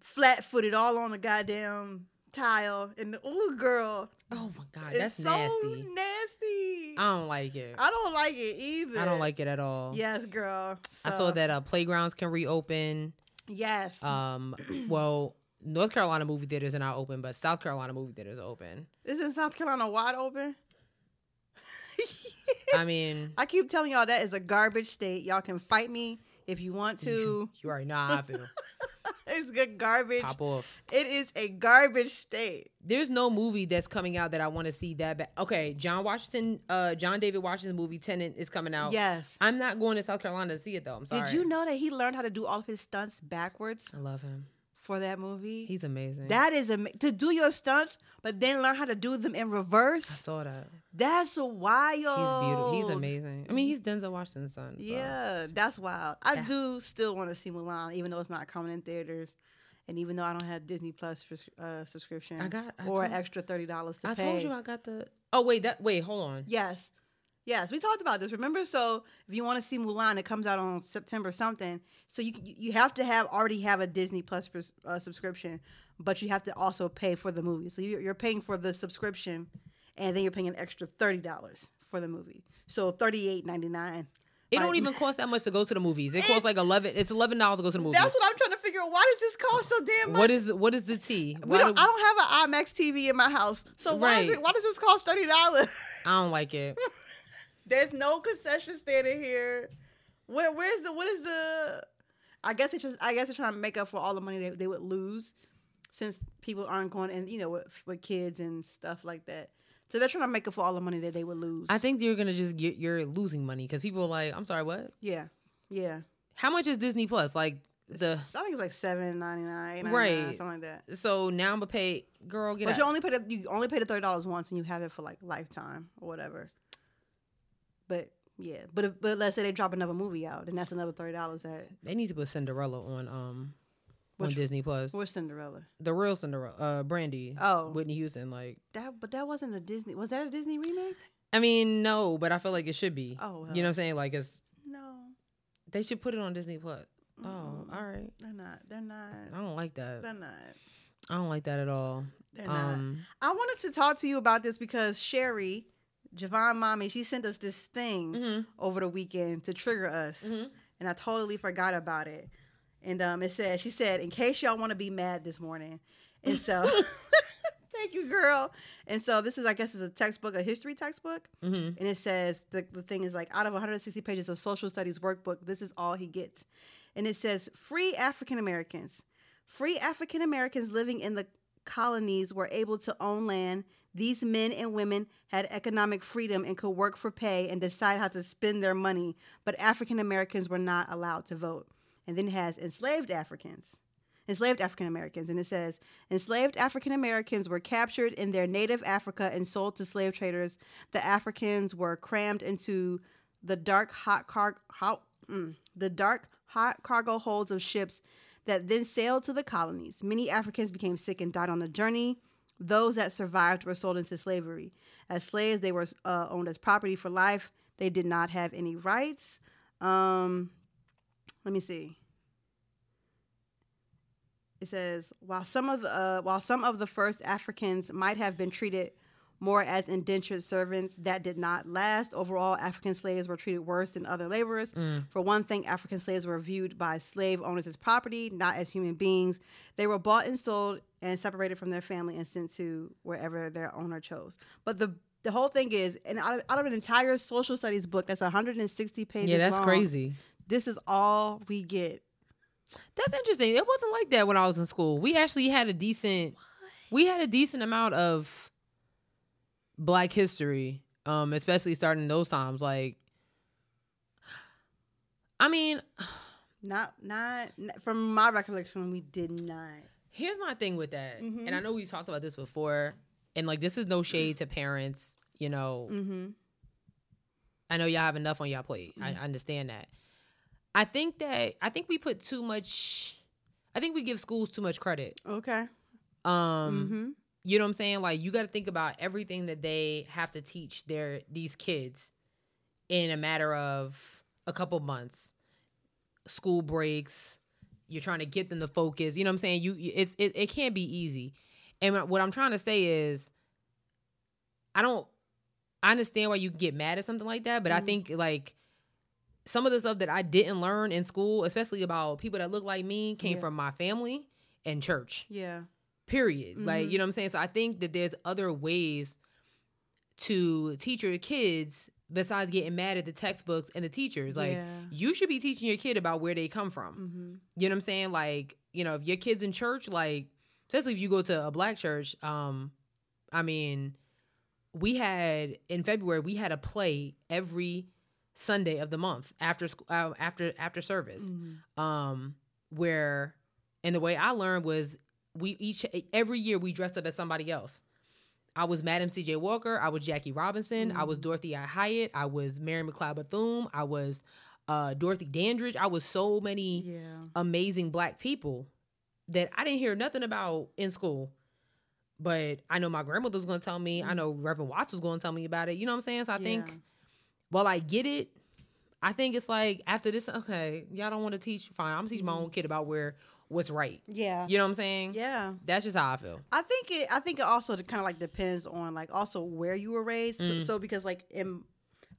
Speaker 2: flat footed, all on the goddamn tile, and the ooh girl,
Speaker 1: Oh my god, that's
Speaker 2: it's so
Speaker 1: nasty.
Speaker 2: nasty.
Speaker 1: I don't like it.
Speaker 2: I don't like it either.
Speaker 1: I don't like it at all.
Speaker 2: Yes, girl.
Speaker 1: I saw
Speaker 2: So,
Speaker 1: that uh, playgrounds can reopen.
Speaker 2: Yes, (clears throat)
Speaker 1: Um, well, North Carolina movie theaters are not open, but South Carolina movie theaters are open.
Speaker 2: isn't South Carolina wide open?
Speaker 1: I mean,
Speaker 2: (laughs) I keep telling y'all that is a garbage state. Y'all can fight me if you want to.
Speaker 1: (laughs) you already know how I
Speaker 2: (laughs)
Speaker 1: feel.
Speaker 2: It's good garbage.
Speaker 1: Pop off.
Speaker 2: It is a garbage state.
Speaker 1: There's no movie that's coming out that I want to see that bad. Okay, John Washington, uh, John David Washington movie Tenant is coming out.
Speaker 2: Yes.
Speaker 1: I'm not going to South Carolina to see it though. I'm sorry.
Speaker 2: Did you know that he learned how to do all of his stunts backwards
Speaker 1: I love him.
Speaker 2: for that movie?
Speaker 1: He's amazing.
Speaker 2: that is am- to do your stunts, but then learn how to do them in
Speaker 1: I
Speaker 2: reverse.
Speaker 1: saw that.
Speaker 2: That's wild. He's
Speaker 1: He's beautiful. He's amazing. I mean, he's Denzel Washington's son. so.
Speaker 2: Oh. Yeah, that's wild. I
Speaker 1: Yeah.
Speaker 2: do still want to see Mulan, even though it's not coming in theaters, and even though I don't have Disney Plus pres- uh, subscription
Speaker 1: I got. I
Speaker 2: or
Speaker 1: told,
Speaker 2: an extra thirty dollars to
Speaker 1: I
Speaker 2: pay.
Speaker 1: told you I got the. Oh wait, that wait. Hold on.
Speaker 2: Yes. Yes, we talked about this. Remember, so if you want to see Mulan, it comes out on September something. So you you have to have already have a Disney Plus pres- uh, subscription, but you have to also pay for the movie. So you're, you're paying for the subscription, and then you're paying an extra thirty dollars for the movie. So thirty eight ninety nine.
Speaker 1: It don't
Speaker 2: Like-
Speaker 1: even cost that much to go to the movies.
Speaker 2: (laughs)
Speaker 1: It costs like eleven. It's eleven dollars to go to the movies.
Speaker 2: That's what I'm trying to figure out. Why does this cost so damn much?
Speaker 1: What is what is the tea?
Speaker 2: we
Speaker 1: Why
Speaker 2: don't,
Speaker 1: do-
Speaker 2: I don't have an IMAX TV in my house, so why is
Speaker 1: Right.
Speaker 2: it, why does this cost thirty dollars?
Speaker 1: I don't like it.
Speaker 2: There's no concession stand in here. Where where's the what is the? I guess it's just I guess they're trying to make up for all the money they, they would lose since people aren't going and you know with, with kids and stuff like that. So they're trying to make up for all the money that they would lose.
Speaker 1: I think you're gonna just get you're losing money because people are like, I'm sorry, what?
Speaker 2: yeah, yeah.
Speaker 1: How much is Disney Plus? Like the
Speaker 2: It's- I think it's like seven ninety nine, right?
Speaker 1: Right.
Speaker 2: Something like that.
Speaker 1: so now I'm gonna pay girl get
Speaker 2: But you
Speaker 1: out.
Speaker 2: only pay the, you only pay the thirty dollars once, and you have it for like lifetime or whatever. But yeah, but if, but let's say they drop another movie out, and that's another thirty dollars at
Speaker 1: They need to put Cinderella on um
Speaker 2: Which-
Speaker 1: on Disney Plus.
Speaker 2: or Cinderella.
Speaker 1: the real Cinderella, uh, Brandy,
Speaker 2: Oh.
Speaker 1: Whitney Houston. Like
Speaker 2: That but that wasn't a Disney. Was that a Disney remake?
Speaker 1: I mean, no, but I feel like it should be.
Speaker 2: Oh,
Speaker 1: you know what
Speaker 2: well.
Speaker 1: I'm saying? Like it's
Speaker 2: No,
Speaker 1: they should put it on Disney Plus. Oh,
Speaker 2: Mm-mm.
Speaker 1: all right.
Speaker 2: they're not. They're not.
Speaker 1: I don't like that.
Speaker 2: They're not.
Speaker 1: I don't like that at all.
Speaker 2: They're not.
Speaker 1: Um,
Speaker 2: I wanted to talk to you about this because Sherry, Javon, mommy, she sent us this thing
Speaker 1: mhm,
Speaker 2: over the weekend to trigger us,
Speaker 1: mhm.
Speaker 2: and I totally forgot about it. And um, it said she said, in case y'all want to be mad this morning, and so.
Speaker 1: (laughs)
Speaker 2: (laughs) Thank you, girl. And so this is, I guess, is a textbook, a history textbook.
Speaker 1: Mhm.
Speaker 2: and it says the, the thing is like out of 160 pages of social studies workbook this is all he gets and it says free african americans free african americans living in the colonies were able to own land these men and women had economic freedom and could work for pay and decide how to spend their money but african americans were not allowed to vote and then it has enslaved africans enslaved African Americans. And it says, enslaved African Americans were captured in their native Africa and sold to slave traders. The Africans were crammed into the dark hot car- how mm, the dark hot cargo holds of ships that then sailed to the colonies. Many Africans became sick and died on the journey. Those that survived were sold into slavery. As slaves, they were uh, owned as property for life. They did not have any rights. Um, let me see it says while some of the, uh, while some of the first Africans might have been treated more as indentured servants, that did not last. Overall, African slaves were treated worse than other laborers.
Speaker 1: Mm.
Speaker 2: For one thing, African slaves were viewed by slave owners as property, not as human beings. They were bought and sold and separated from their family and sent to wherever their owner chose. But the the whole thing is, and out of, out of an entire social studies book that's 160 pages.
Speaker 1: yeah, that's
Speaker 2: long,
Speaker 1: crazy.
Speaker 2: This is all we get.
Speaker 1: That's interesting. It wasn't like that when I was in school. We actually had a decent we had a decent amount of black history, um, especially starting those times. Like I mean,
Speaker 2: Not, not not- from my recollection. We did not.
Speaker 1: here's my thing with that.
Speaker 2: Mhm.
Speaker 1: And I know we've talked about this before, and like this is no shade to parents, you know,
Speaker 2: Mm-hmm.
Speaker 1: I know y'all have enough on y'all plate. I I understand that. I think that I think we put too much. I think we give schools too much credit.
Speaker 2: Okay.
Speaker 1: Um,
Speaker 2: Mm-hmm.
Speaker 1: you know what I'm saying? Like you got to think about everything that they have to teach their these kids in a matter of a couple months. School breaks, you're trying to get them to focus. You know what I'm saying? You you- it's it, it can't be easy. And what I'm trying to say is I don't I understand why you get mad at something like that, but I
Speaker 2: Mhm.
Speaker 1: think like some of the stuff that I didn't learn in school, especially about people that look like me, came
Speaker 2: Yeah.
Speaker 1: from my family and church
Speaker 2: Yeah.
Speaker 1: period like
Speaker 2: Mhm.
Speaker 1: you know what i'm saying so i think that there's other ways to teach your kids besides getting mad at the textbooks and the teachers like
Speaker 2: Yeah.
Speaker 1: you should be teaching your kid about where they come from
Speaker 2: Mm-hmm.
Speaker 1: you know what i'm saying like you know if your kids in church like especially if you go to a black church um i mean we had in february we had a play every sunday of the month after school uh, after after service um, where and the way I learned was we each every year we dressed up as somebody else. I was Madam C.J. Walker. I was Jackie Robinson. I was
Speaker 2: Mhm.
Speaker 1: Dorothy I. Hyatt. I was Mary McLeod Bethune. I was uh, Dorothy Dandridge. I was so many
Speaker 2: Yeah.
Speaker 1: amazing black people that I didn't hear nothing about in school. But I know my grandmother was going to tell me.
Speaker 2: Mm.
Speaker 1: I know Reverend Watts was going to tell me about it. You know what I'm saying? So I think while I get it, I think it's like after this, okay, y'all don't want to teach. Fine, I'm gonna teach my own kid about where what's right.
Speaker 2: Mm-hmm. Yeah.
Speaker 1: You know what I'm saying?
Speaker 2: Yeah.
Speaker 1: That's just how I feel.
Speaker 2: I think it. I think it also kind of like depends on like also where you were raised.
Speaker 1: Mm.
Speaker 2: So, so because like in,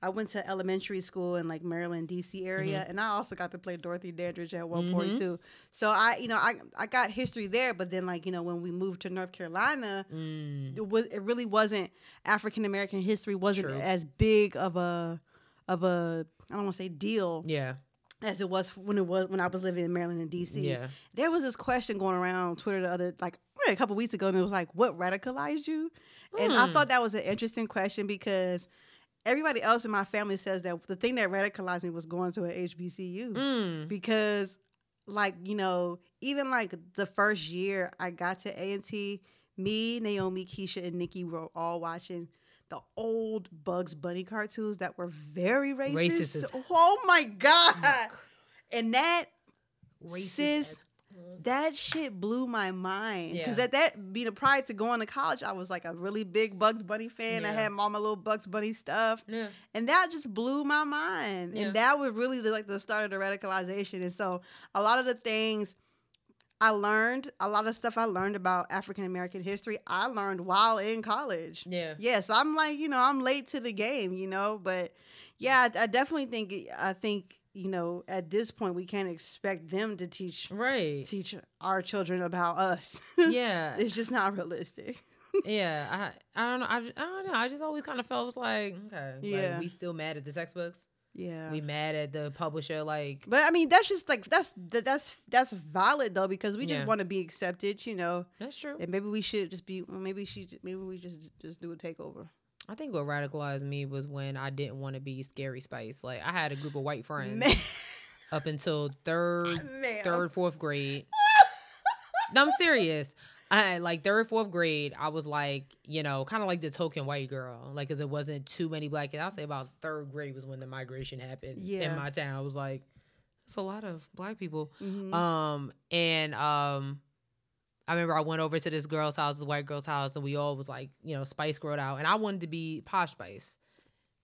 Speaker 2: I went to elementary school in like Maryland, D.C. area,
Speaker 1: Mm-hmm.
Speaker 2: and I also got to play Dorothy Dandridge at one
Speaker 1: Mhm.
Speaker 2: point too. So I, you know, I I got history there, but then like you know when we moved to North Carolina,
Speaker 1: Mm.
Speaker 2: it was it really wasn't African American history wasn't
Speaker 1: True.
Speaker 2: as big of a of a I don't want to say deal
Speaker 1: Yeah,
Speaker 2: as it was when it was when I was living in Maryland and D.C
Speaker 1: yeah.
Speaker 2: there was this question going around Twitter the other like a couple weeks ago, and it was like, "What radicalized you?" And I
Speaker 1: Hmm.
Speaker 2: thought that was an interesting question because everybody else in my family says that the thing that radicalized me was going to an HBCU
Speaker 1: Mm.
Speaker 2: because, like you know, even like the first year I got to A and T, me, Naomi, Keisha, and Nikki were all watching. The old Bugs Bunny cartoons that were very racist.
Speaker 1: Racist as-
Speaker 2: oh my god!
Speaker 1: Mm.
Speaker 2: (laughs) And that
Speaker 1: Racist
Speaker 2: Sis,
Speaker 1: as-
Speaker 2: that shit blew my mind because
Speaker 1: Yeah.
Speaker 2: at that being a prior to going to college, I was like a really big Bugs Bunny fan. I
Speaker 1: Yeah.
Speaker 2: had all my little Bugs Bunny stuff,
Speaker 1: yeah.
Speaker 2: and that just blew my mind.
Speaker 1: Yeah.
Speaker 2: And that was really the- like the start of the radicalization. And so, a lot of the things I learned, a lot of stuff I learned about African American history, I learned while in college. (laughs)
Speaker 1: yeah,
Speaker 2: Yes, I'm like you know I'm late to the game, you know, but yeah, I, I definitely think I think you know at this point we can't expect them to teach
Speaker 1: right.
Speaker 2: teach our children
Speaker 1: (laughs)
Speaker 2: about us.
Speaker 1: Yeah,
Speaker 2: it's just not realistic.
Speaker 1: yeah. I, I don't know. I, just, I don't know. I just always kind of felt was like, okay,
Speaker 2: Yeah.
Speaker 1: like, we still mad at the textbooks.
Speaker 2: Yeah.
Speaker 1: We mad at the publisher. Like,
Speaker 2: but I mean, that's just like that's that, that's that's valid though because we just
Speaker 1: Yeah.
Speaker 2: want to be accepted, you know.
Speaker 1: that's true.
Speaker 2: And maybe we should just be. Maybe she. Maybe we just just do a takeover.
Speaker 1: I think what radicalized me was when I didn't want to be Scary Spice. Like, I had a group of white friends.
Speaker 2: Man, (laughs)
Speaker 1: up until third,
Speaker 2: man.
Speaker 1: third, fourth
Speaker 2: (laughs)
Speaker 1: grade. no, I'm serious. I like third, fourth grade. I was like, you know, kind of like the token white girl, like because it wasn't too many black kids. I'll say about third grade was when the migration happened
Speaker 2: Yeah.
Speaker 1: in my town. I was like, it's a lot of black people.
Speaker 2: Mhm.
Speaker 1: Um, and um, I remember I went over to this girl's house, this white girl's house, and we all was like, you know, Spice girl out, and I wanted to be Posh Spice.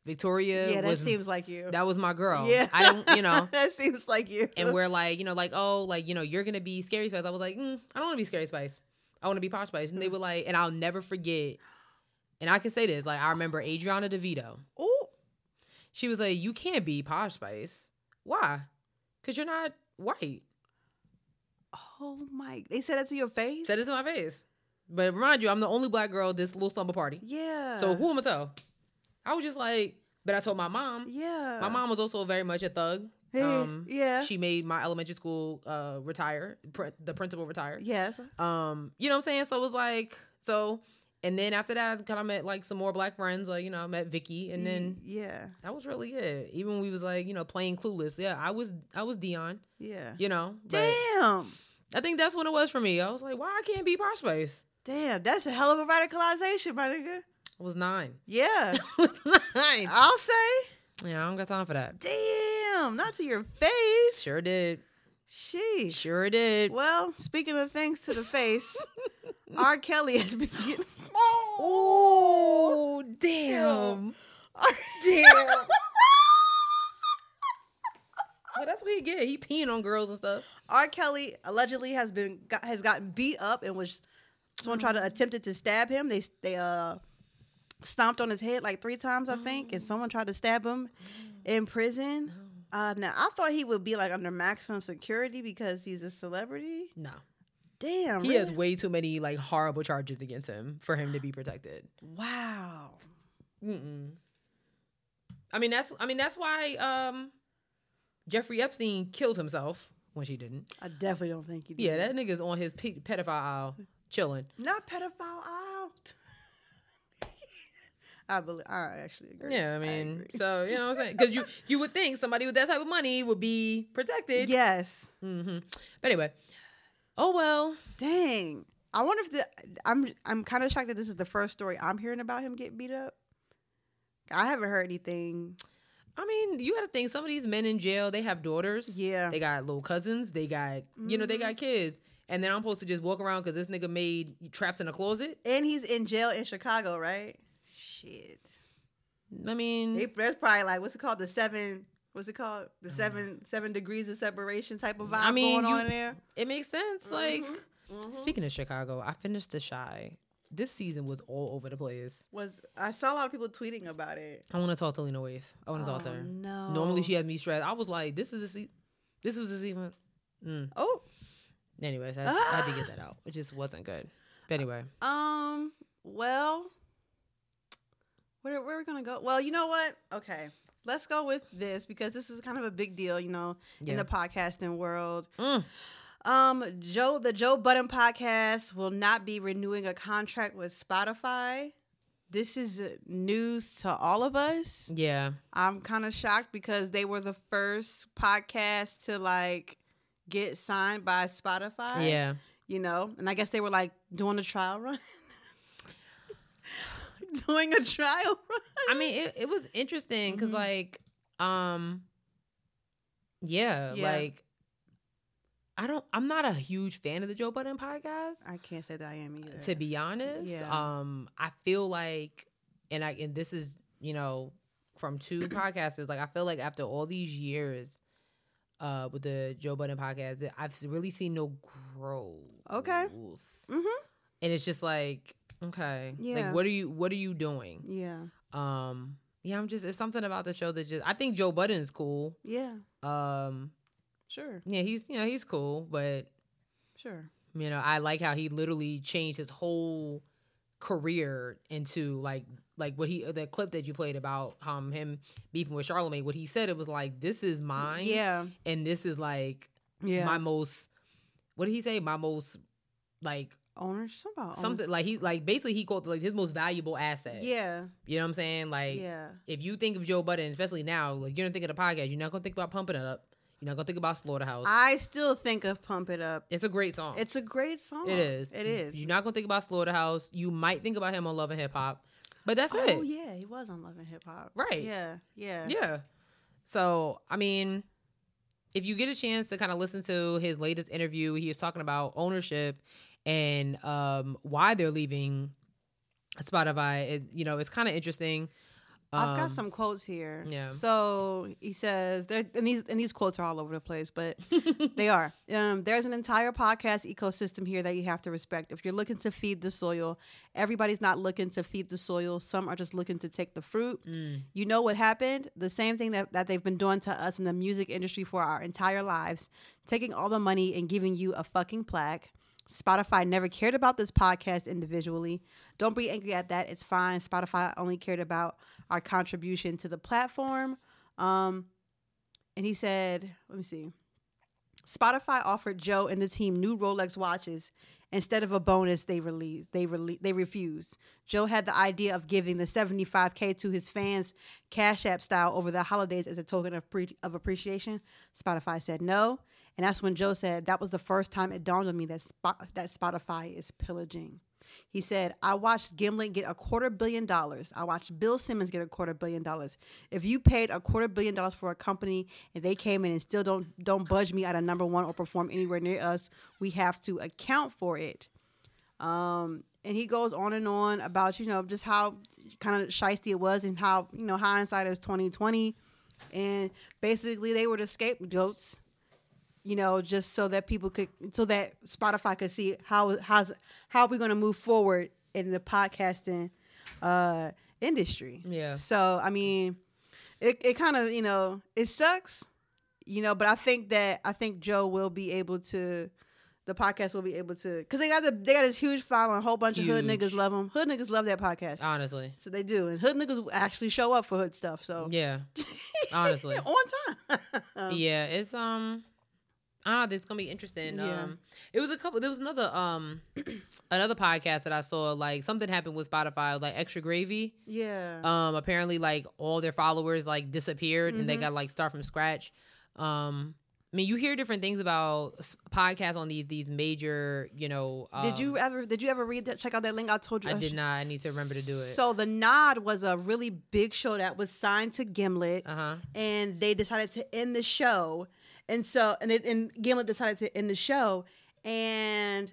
Speaker 1: Victoria,
Speaker 2: yeah, that
Speaker 1: was,
Speaker 2: seems like you.
Speaker 1: that was my girl.
Speaker 2: yeah,
Speaker 1: I don't, you know
Speaker 2: (laughs) that seems like you.
Speaker 1: and we're like, you know, like, oh, like, you know, you're gonna be Scary Spice. I was like, mm, I don't wanna be Scary Spice. I wanna be Posh Spice.
Speaker 2: Mm.
Speaker 1: And they were like, and I'll never forget. And I can say this, like, I remember Adriana DeVito.
Speaker 2: Ooh,
Speaker 1: She was like, you can't be Posh Spice. Why? Cause you're not white.
Speaker 2: (laughs) Oh my! They said that to your face.
Speaker 1: Said this in my face. But remind you, I'm the only black girl at this little slumber party.
Speaker 2: yeah.
Speaker 1: So who am I tell? I was just like, but I told my mom.
Speaker 2: Yeah.
Speaker 1: My mom was also very much a thug.
Speaker 2: Hey, yeah.
Speaker 1: She made my elementary school uh retire, pr- the principal retire.
Speaker 2: Yes.
Speaker 1: Um, you know what I'm saying? So it was like so and then after that I kind of met like some more black friends, like you know, I met Vicky and
Speaker 2: Mm.
Speaker 1: then
Speaker 2: Yeah.
Speaker 1: that was really it. Even when we was like, you know, playing clueless. Yeah, I was I was Dion,
Speaker 2: Yeah.
Speaker 1: you know. But
Speaker 2: Damn.
Speaker 1: I think that's when it was for me. I was like, why I can't be Parspace?
Speaker 2: Damn. That's a hell of a radicalization, my nigga.
Speaker 1: I was nine. (laughs)
Speaker 2: Yeah.
Speaker 1: I was nine.
Speaker 2: I'll say.
Speaker 1: Yeah, I don't got time for that.
Speaker 2: Damn. Not to your face.
Speaker 1: Sure did.
Speaker 2: Sheesh.
Speaker 1: Sure did.
Speaker 2: Well, speaking of things to the face, R. Kelly has been getting. (laughs) Oh.
Speaker 1: Oh damn.
Speaker 2: Damn.
Speaker 1: Well, that's what he get. He peeing on girls and
Speaker 2: (gasps)
Speaker 1: stuff.
Speaker 2: R. Kelly allegedly has been got, has gotten beat up and was someone tried to attempted to stab him. They they uh stomped on his head like three times, I think, and someone tried to stab him in prison. Uh, now I thought he would be like under maximum security because he's a celebrity.
Speaker 1: No.
Speaker 2: Damn,
Speaker 1: He has
Speaker 2: really?
Speaker 1: way too many like horrible charges against him for him to be protected.
Speaker 2: wow.
Speaker 1: Mm-mm. I mean that's I mean that's why um Jeffrey Epstein killed himself when she didn't.
Speaker 2: I definitely don't think you. Did.
Speaker 1: Yeah, that nigga's on his pe- pedophile aisle chilling.
Speaker 2: not pedophile out. (laughs) I believe. I actually agree.
Speaker 1: Yeah, I mean,
Speaker 2: agree.
Speaker 1: so you know what I'm
Speaker 2: (laughs)
Speaker 1: saying? Because you you would think somebody with that type of money would be protected.
Speaker 2: yes.
Speaker 1: Mm-hmm. But anyway, oh well.
Speaker 2: Dang. I wonder if the I'm I'm kind of shocked that this is the first story I'm hearing about him getting beat up. I haven't heard anything.
Speaker 1: I mean, you got to think some of these men in jail, they have daughters.
Speaker 2: Yeah. Mm-hmm.
Speaker 1: They got little cousins. They got, you know, they got kids. And then I'm supposed to just walk around because this nigga made trapped in a closet.
Speaker 2: And he's in jail in Chicago, right? Shit.
Speaker 1: I mean,
Speaker 2: They, that's probably like what's it called? The seven. What's it called? The seven seven degrees of separation type of vibe
Speaker 1: Mm. I mean,
Speaker 2: going
Speaker 1: you- Mm-hmm.
Speaker 2: on in there.
Speaker 1: it makes sense.
Speaker 2: Mm-hmm.
Speaker 1: Like, speaking of Chicago, I finished The Shy. This season was all over the place.
Speaker 2: Was I saw a lot of people tweeting about it.
Speaker 1: I want to talk to Lena Waif. I want to talk to
Speaker 2: Oh,
Speaker 1: her.
Speaker 2: no.
Speaker 1: Normally she has me stressed. I was like, this is a se- this was a season. Mm.
Speaker 2: Oh,
Speaker 1: Anyways, I, I had to get that
Speaker 2: (sighs)
Speaker 1: out. It just wasn't good. But anyway,
Speaker 2: um. Well, where where are we gonna go? Well, you know what? Okay, let's go with this because this is kind of a big deal, you know,
Speaker 1: Yeah.
Speaker 2: in the podcasting world.
Speaker 1: Mm.
Speaker 2: Um, Joe, the Joe Budden podcast will not be renewing a contract with Spotify. This is news to all of us.
Speaker 1: yeah,
Speaker 2: I'm kind of shocked because they were the first podcast to like get signed by Spotify.
Speaker 1: yeah.
Speaker 2: You know, and I guess they were like doing a trial run. (laughs) doing a trial run.
Speaker 1: I mean, it, it was interesting because,
Speaker 2: Mhm.
Speaker 1: like, um, yeah,
Speaker 2: Yeah.
Speaker 1: like, I don't, I'm not a huge fan of the Joe Budden podcast,
Speaker 2: I can't say that I am either.
Speaker 1: to be honest.
Speaker 2: Yeah.
Speaker 1: Um, I feel like, and I, and this is, you know, from two (clears throat) podcasters, like, I feel like after all these years, uh, with the Joe Budden podcast, that I've s- really seen no growth.
Speaker 2: Okay.
Speaker 1: And
Speaker 2: Mhm.
Speaker 1: it's just like, okay,
Speaker 2: Yeah.
Speaker 1: like, what are you, what are you doing?
Speaker 2: Yeah.
Speaker 1: Um, yeah, I'm just it's something about the show that just I think Joe Budden is cool.
Speaker 2: Yeah.
Speaker 1: Um,
Speaker 2: Sure.
Speaker 1: yeah, he's you know he's cool, but
Speaker 2: Sure.
Speaker 1: you know I like how he literally changed his whole career into like like what he the clip that you played about um him beefing with Charlemagne. What he said it was like this is mine,
Speaker 2: Yeah.
Speaker 1: and this is like
Speaker 2: Yeah.
Speaker 1: my most. What did he say? My most like
Speaker 2: owner something about owner-
Speaker 1: something like he like basically he called like his most valuable asset.
Speaker 2: Yeah.
Speaker 1: you know what I'm saying? Like
Speaker 2: yeah.
Speaker 1: if you think of Joe Budden, especially now, like you don't think of the podcast, you're not gonna think about pumping it up. You're not gonna think about Slaughterhouse.
Speaker 2: I still think of Pump It Up.
Speaker 1: it's a great song.
Speaker 2: It's a great song.
Speaker 1: Oh. it is.
Speaker 2: It is.
Speaker 1: You're not gonna think about Slaughterhouse. You might think about him on Love and Hip Hop, but that's
Speaker 2: oh
Speaker 1: it.
Speaker 2: yeah, he was on Love and Hip Hop.
Speaker 1: Right.
Speaker 2: Yeah. Yeah.
Speaker 1: Yeah. So I mean, if you get a chance to kind of listen to his latest interview, he was talking about ownership and um, why they're leaving Spotify. It, you know, it's kind of interesting.
Speaker 2: I've
Speaker 1: (laughs)
Speaker 2: got
Speaker 1: Um,
Speaker 2: some (laughs) quotes here.
Speaker 1: yeah.
Speaker 2: So he says there, and these and these quotes are all over the place,
Speaker 1: (laughs)
Speaker 2: but they are. Um, there's an entire podcast ecosystem here that you have to respect. If you're looking to feed the soil, everybody's not looking to feed the soil. Some are just looking to take the fruit.
Speaker 1: Mm,
Speaker 2: You know what happened? The same thing that, that they've been doing to us in the music industry for our entire lives, taking all the money and giving you a fucking plaque. Spotify never cared about this podcast individually. Don't be angry at that. It's fine. Spotify only cared about our contribution to the platform. Um, and he said, let me see. Spotify offered Joe and the team new Rolex watches instead of a bonus they released. They rele- they refused. Joe had the idea of giving the 75k to his fans cash app style over the holidays as a token of pre- of appreciation. Spotify said no, and that's when Joe said that was the first time it dawned on me that Spot- that Spotify is pillaging. He said, I watched Gimlet get a quarter billion dollars. I watched Bill Simmons get a quarter billion dollars. If you paid a quarter billion dollars for a company and they came in and still don't don't budge me out of number one or perform anywhere near us, we have to account for it. Um, and he goes on and on about, you know, just how kind of shisty it was and how, you know, hindsight is twenty twenty. And basically they were the scapegoats you know, just so that people could, so that Spotify could see how how's how are we going to move forward in the podcasting uh, industry.
Speaker 1: Yeah.
Speaker 2: So I mean, it it kind of you know it sucks, you know, but I think that I think Joe will be able to. The podcast will be able to, cause they got the they got this huge following. A whole bunch of hood
Speaker 1: Huge.
Speaker 2: niggas love them. Hood niggas love that podcast,
Speaker 1: Honestly.
Speaker 2: so they do. And hood niggas actually show up for hood stuff. So (laughs)
Speaker 1: Yeah. Honestly.
Speaker 2: on time. (laughs)
Speaker 1: yeah, it's um I don't know, it's gonna be interesting.
Speaker 2: Yeah.
Speaker 1: Um it was a couple there was another um (clears throat) another podcast that I saw, like something happened with Spotify, like extra gravy.
Speaker 2: yeah.
Speaker 1: Um apparently like all their followers like disappeared and they
Speaker 2: Mhm.
Speaker 1: got like start from scratch. Um I mean, you hear different things about s- podcasts on these these major, you know. Um,
Speaker 2: Did you ever did you ever read that check out that link I told you?
Speaker 1: I
Speaker 2: sh-
Speaker 1: did not. I need to remember to do it.
Speaker 2: So the Nod was a really big show that was signed to Gimlet
Speaker 1: uh huh.
Speaker 2: and they decided to end the show. And so and it, and Gimlet decided to end the show and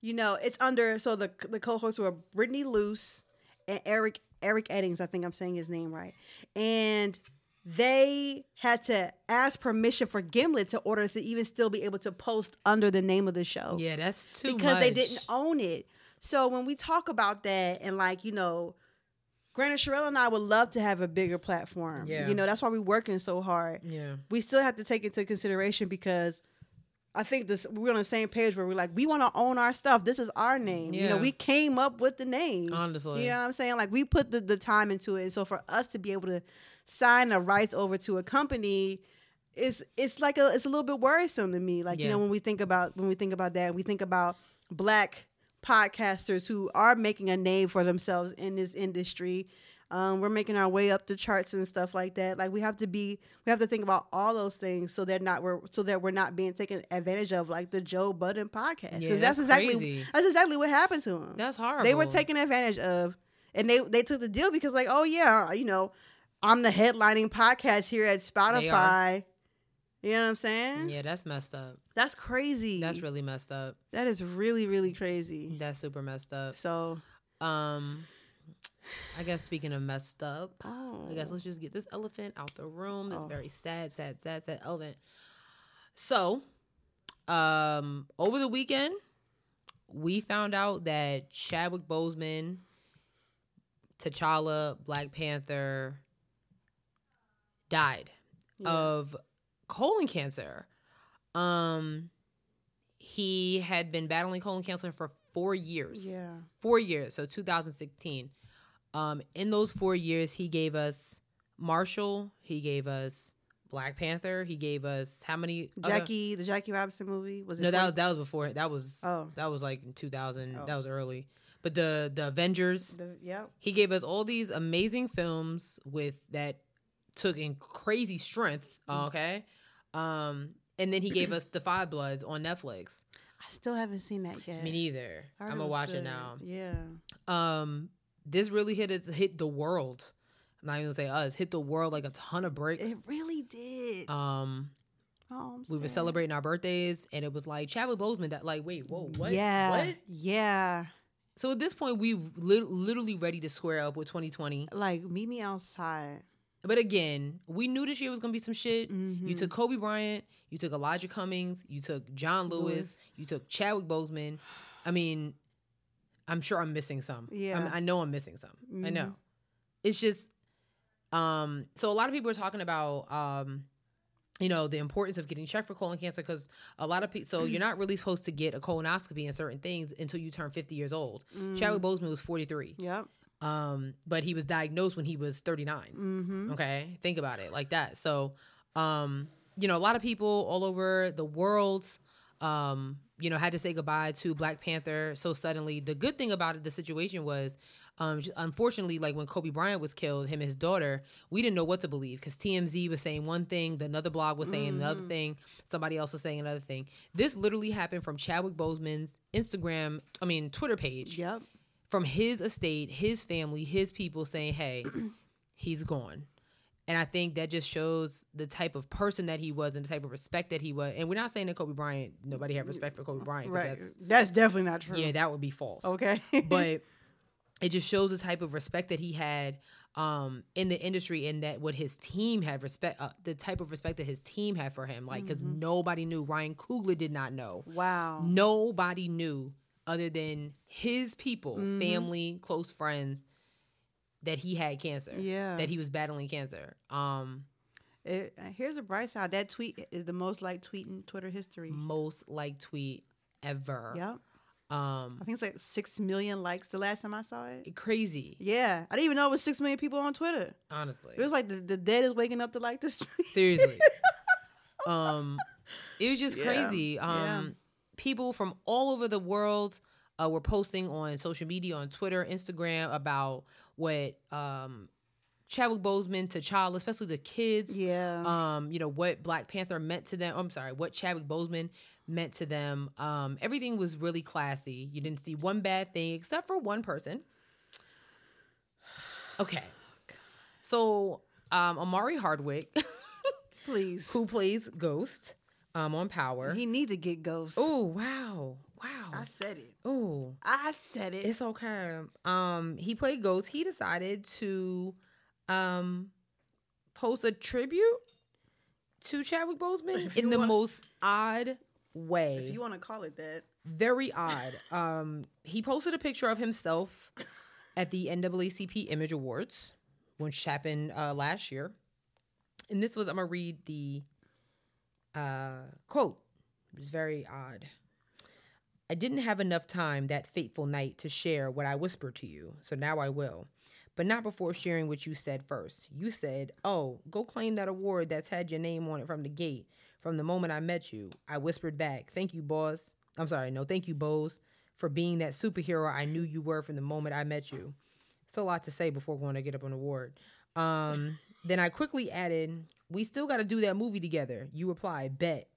Speaker 2: you know, it's under so the the co-hosts were Brittany Luce and Eric Eric Eddings, I think I'm saying his name right. And they had to ask permission for Gimlet to order to even still be able to post under the name of the show
Speaker 1: Yeah, that's too
Speaker 2: Oh. because they
Speaker 1: much.
Speaker 2: didn't own it. So when we talk about that and like you know, Granted, Sherelle and I would love to have a bigger platform.
Speaker 1: Yeah.
Speaker 2: you know that's why we're working so hard.
Speaker 1: Yeah.
Speaker 2: We still have to take into consideration because I think this we're on the same page where we're like we want to own our stuff. This is our name. You know,
Speaker 1: Yeah.
Speaker 2: we came up with the name.
Speaker 1: Honestly.
Speaker 2: You know what I'm saying? Like we put the, the time into it. And so for us to be able to sign the rights over to a company is it's like a it's a little bit worrisome to me. Like, you
Speaker 1: Yeah.
Speaker 2: know, when we think about when we think about that, we think about black podcasters who are making a name for themselves in this industry. Um, we're making our way up the charts and stuff like that. Like we have to be, we have to think about all those things so they're not we're so that we're not being taken advantage of, like the Joe Budden podcast. 'Cause
Speaker 1: Yeah,
Speaker 2: that's,
Speaker 1: that's
Speaker 2: exactly
Speaker 1: crazy.
Speaker 2: that's exactly what happened to him
Speaker 1: That's horrible.
Speaker 2: they were taken advantage of and they they took the deal because like oh yeah you know i'm the headlining podcast here at spotify you know what i'm saying
Speaker 1: Yeah, that's messed up.
Speaker 2: that's crazy
Speaker 1: That's really messed up.
Speaker 2: that is really really crazy
Speaker 1: That's super messed up.
Speaker 2: so
Speaker 1: Um, I guess speaking of messed up,
Speaker 2: oh
Speaker 1: I guess let's just get this elephant out the room. This
Speaker 2: Oh.
Speaker 1: very sad, sad, sad, sad elephant. So, um, over the weekend, we found out that Chadwick Boseman, T'Challa, Black Panther, died of colon cancer. Um, he had been battling colon cancer for four years
Speaker 2: yeah
Speaker 1: four years, so 2016. Um, in those four years, he gave us Marshall, he gave us Black Panther, he gave us how many? other-
Speaker 2: jackie the jackie robinson movie was it
Speaker 1: no, that was,
Speaker 2: forty-
Speaker 1: that was before. That was
Speaker 2: Oh.
Speaker 1: that was like in 2000.
Speaker 2: Oh.
Speaker 1: That was early. But the the Avengers,
Speaker 2: the, yep
Speaker 1: he gave us all these amazing films with that took in crazy strength.
Speaker 2: Mm.
Speaker 1: Okay, um, and then he gave us The Five Bloods on Netflix.
Speaker 2: i still haven't seen that yet
Speaker 1: Me neither.
Speaker 2: I
Speaker 1: I'm
Speaker 2: heard
Speaker 1: gonna
Speaker 2: was
Speaker 1: watch it
Speaker 2: good.
Speaker 1: now
Speaker 2: yeah
Speaker 1: um this really hit it's hit the world i'm not even gonna say us hit the world like a ton of bricks
Speaker 2: it really did
Speaker 1: um
Speaker 2: oh, I'm
Speaker 1: we were
Speaker 2: sad.
Speaker 1: celebrating our birthdays and it was like chadwick boseman that like wait whoa what
Speaker 2: yeah
Speaker 1: what
Speaker 2: yeah
Speaker 1: So at this point, we li- literally ready to square up with 2020.
Speaker 2: Like meet me outside.
Speaker 1: But again, we knew this year was gonna be some shit.
Speaker 2: Hmm.
Speaker 1: You took Kobe Bryant, you took Elijah Cummings, you took John Lewis,
Speaker 2: Lewis.
Speaker 1: you took Chadwick Boseman. I mean, I'm sure I'm missing some. I'm-
Speaker 2: Yeah.
Speaker 1: i know I'm missing some. I know. It's just, um, so a lot of people are talking about, um, you know, the importance of getting checked for colon cancer because a lot of people. So you're not really supposed to get a colonoscopy and certain things until you turn 50 years old. Chadwick Boseman was 43,
Speaker 2: Mm, Yep.
Speaker 1: um, but he was diagnosed when he was 39.
Speaker 2: Mm-hmm.
Speaker 1: Okay. Think about it like that. So, um, you know, a lot of people all over the world, um, you know, had to say goodbye to Black Panther so suddenly. The good thing about it, the situation was, um, j- unfortunately, like when Kobe Bryant was killed, him and his daughter, we didn't know what to believe because TMZ was saying one thing, the another blog was saying another thing, somebody else was saying another thing. This literally happened from Chadwick Boseman's Instagram, I mean, Twitter page
Speaker 2: Yep.
Speaker 1: from his estate, his family, his people saying, "Hey, (clears throat) he's gone." And I think that just shows the type of person that he was and the type of respect that he was. And we're not saying that Kobe Bryant nobody had respect for Kobe Bryant. 'cause
Speaker 2: Right.
Speaker 1: That's,
Speaker 2: That's, definitely not true.
Speaker 1: yeah, that would be false.
Speaker 2: Okay. (laughs)
Speaker 1: but it just shows the type of respect that he had um, in the industry and that what his team had respect, uh, the type of respect that his team had for him. Like, because
Speaker 2: Mm-hmm.
Speaker 1: nobody knew. Ryan Coogler did not know
Speaker 2: wow.
Speaker 1: nobody knew other than his people,
Speaker 2: Mm-hmm.
Speaker 1: family, close friends, that he had cancer.
Speaker 2: Yeah.
Speaker 1: That he was battling cancer. Um,
Speaker 2: It, uh, here's a bright side. That tweet is the most liked tweet in Twitter history.
Speaker 1: most liked tweet ever.
Speaker 2: Yep.
Speaker 1: Um
Speaker 2: I think it's like six million likes the last time I saw it.
Speaker 1: crazy,
Speaker 2: Yeah. I didn't even know it was six million people on Twitter.
Speaker 1: honestly.
Speaker 2: It was like the, the dead is waking up to like the
Speaker 1: (laughs)
Speaker 2: street. (laughs)
Speaker 1: Seriously. um it was just
Speaker 2: Yeah.
Speaker 1: crazy. Um
Speaker 2: Yeah.
Speaker 1: people from all over the world uh, were posting on social media on Twitter, Instagram about what um Chadwick Boseman, T'Challa, especially the kids,
Speaker 2: Yeah.
Speaker 1: um, you know, what Black Panther meant to them. oh, I'm sorry, what Chadwick Boseman meant to them. Um, everything was really classy. You didn't see one bad thing except for one person. (sighs) Okay. So um Amari Hardwick, (laughs)
Speaker 2: Please.
Speaker 1: who plays Ghost um on Power.
Speaker 2: He need to get ghosts.
Speaker 1: Oh wow. Wow.
Speaker 2: I said it.
Speaker 1: Oh.
Speaker 2: I said it.
Speaker 1: It's okay. Um he played Ghost. He decided to um post a tribute to Chadwick
Speaker 2: (laughs)
Speaker 1: Boseman in
Speaker 2: you
Speaker 1: the
Speaker 2: want-
Speaker 1: most odd way.
Speaker 2: if you want to call it that.
Speaker 1: Very odd. Um he posted a picture of himself at the NAACP Image Awards, which happened uh last year. And this was I'm gonna read the uh quote. It was very odd. I didn't have enough time that fateful night to share what I whispered to you, so now I will. But not before sharing what you said first. You said, Oh, go claim that award that's had your name on it from the gate, from the moment I met you. I whispered back, Thank you, boss. I'm sorry, no, thank you, Bose, for being that superhero I knew you were from the moment I met you. It's a lot to say before going to get up an award. Um, then I quickly added, We still got to do that movie together. You replied, Bet.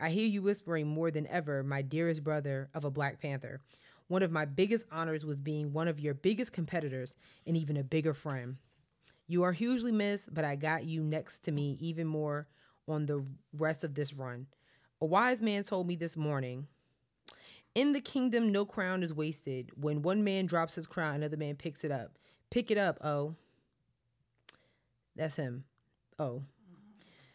Speaker 1: I hear you whispering more than ever, my dearest brother of a Black Panther. One of my biggest honors was being one of your biggest competitors and even a bigger friend. You are hugely missed, but I got you next to me even more on the rest of this run. A wise man told me this morning In the kingdom, no crown is wasted. When one man drops his crown, another man picks it up. Pick it up, oh. That's him. Oh.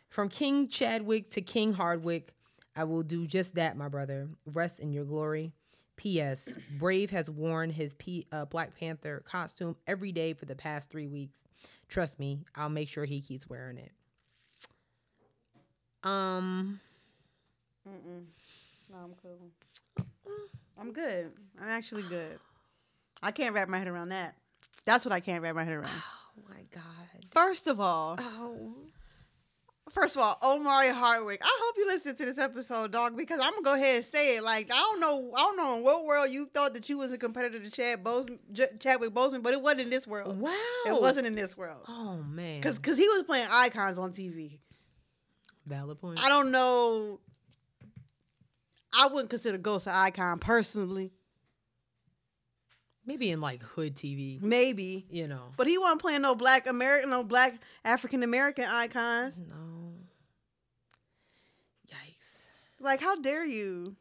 Speaker 1: From King Chadwick to King Hardwick, I will do just that, my brother. Rest in your glory. P.S. Brave has worn his P- uh, Black Panther costume every day for the past three weeks. Trust me, I'll make sure he keeps wearing it. Um,
Speaker 2: Mm-mm. No, I'm cool. I'm good. I'm actually good. I can't wrap my head around that. That's what I can't wrap my head around.
Speaker 1: oh my God.
Speaker 2: First of all, Um,
Speaker 1: Oh.
Speaker 2: first of all, Omari Hardwick. I hope you listen to this episode, dog, because I'm gonna go ahead and say it. Like I don't know, I don't know in what world you thought that you was a competitor to Chad Boseman, J- Chadwick Boseman, but it wasn't in this world.
Speaker 1: Wow.
Speaker 2: It wasn't in this world.
Speaker 1: Oh, man.
Speaker 2: Cause, Cause, he was playing icons on TV.
Speaker 1: Valid point.
Speaker 2: I don't know. I wouldn't consider Ghost an icon personally.
Speaker 1: Maybe in like hood TV,
Speaker 2: Maybe.
Speaker 1: you know.
Speaker 2: But he wasn't playing no black American, no black African American icons.
Speaker 1: No. Yikes.
Speaker 2: Like, how dare you?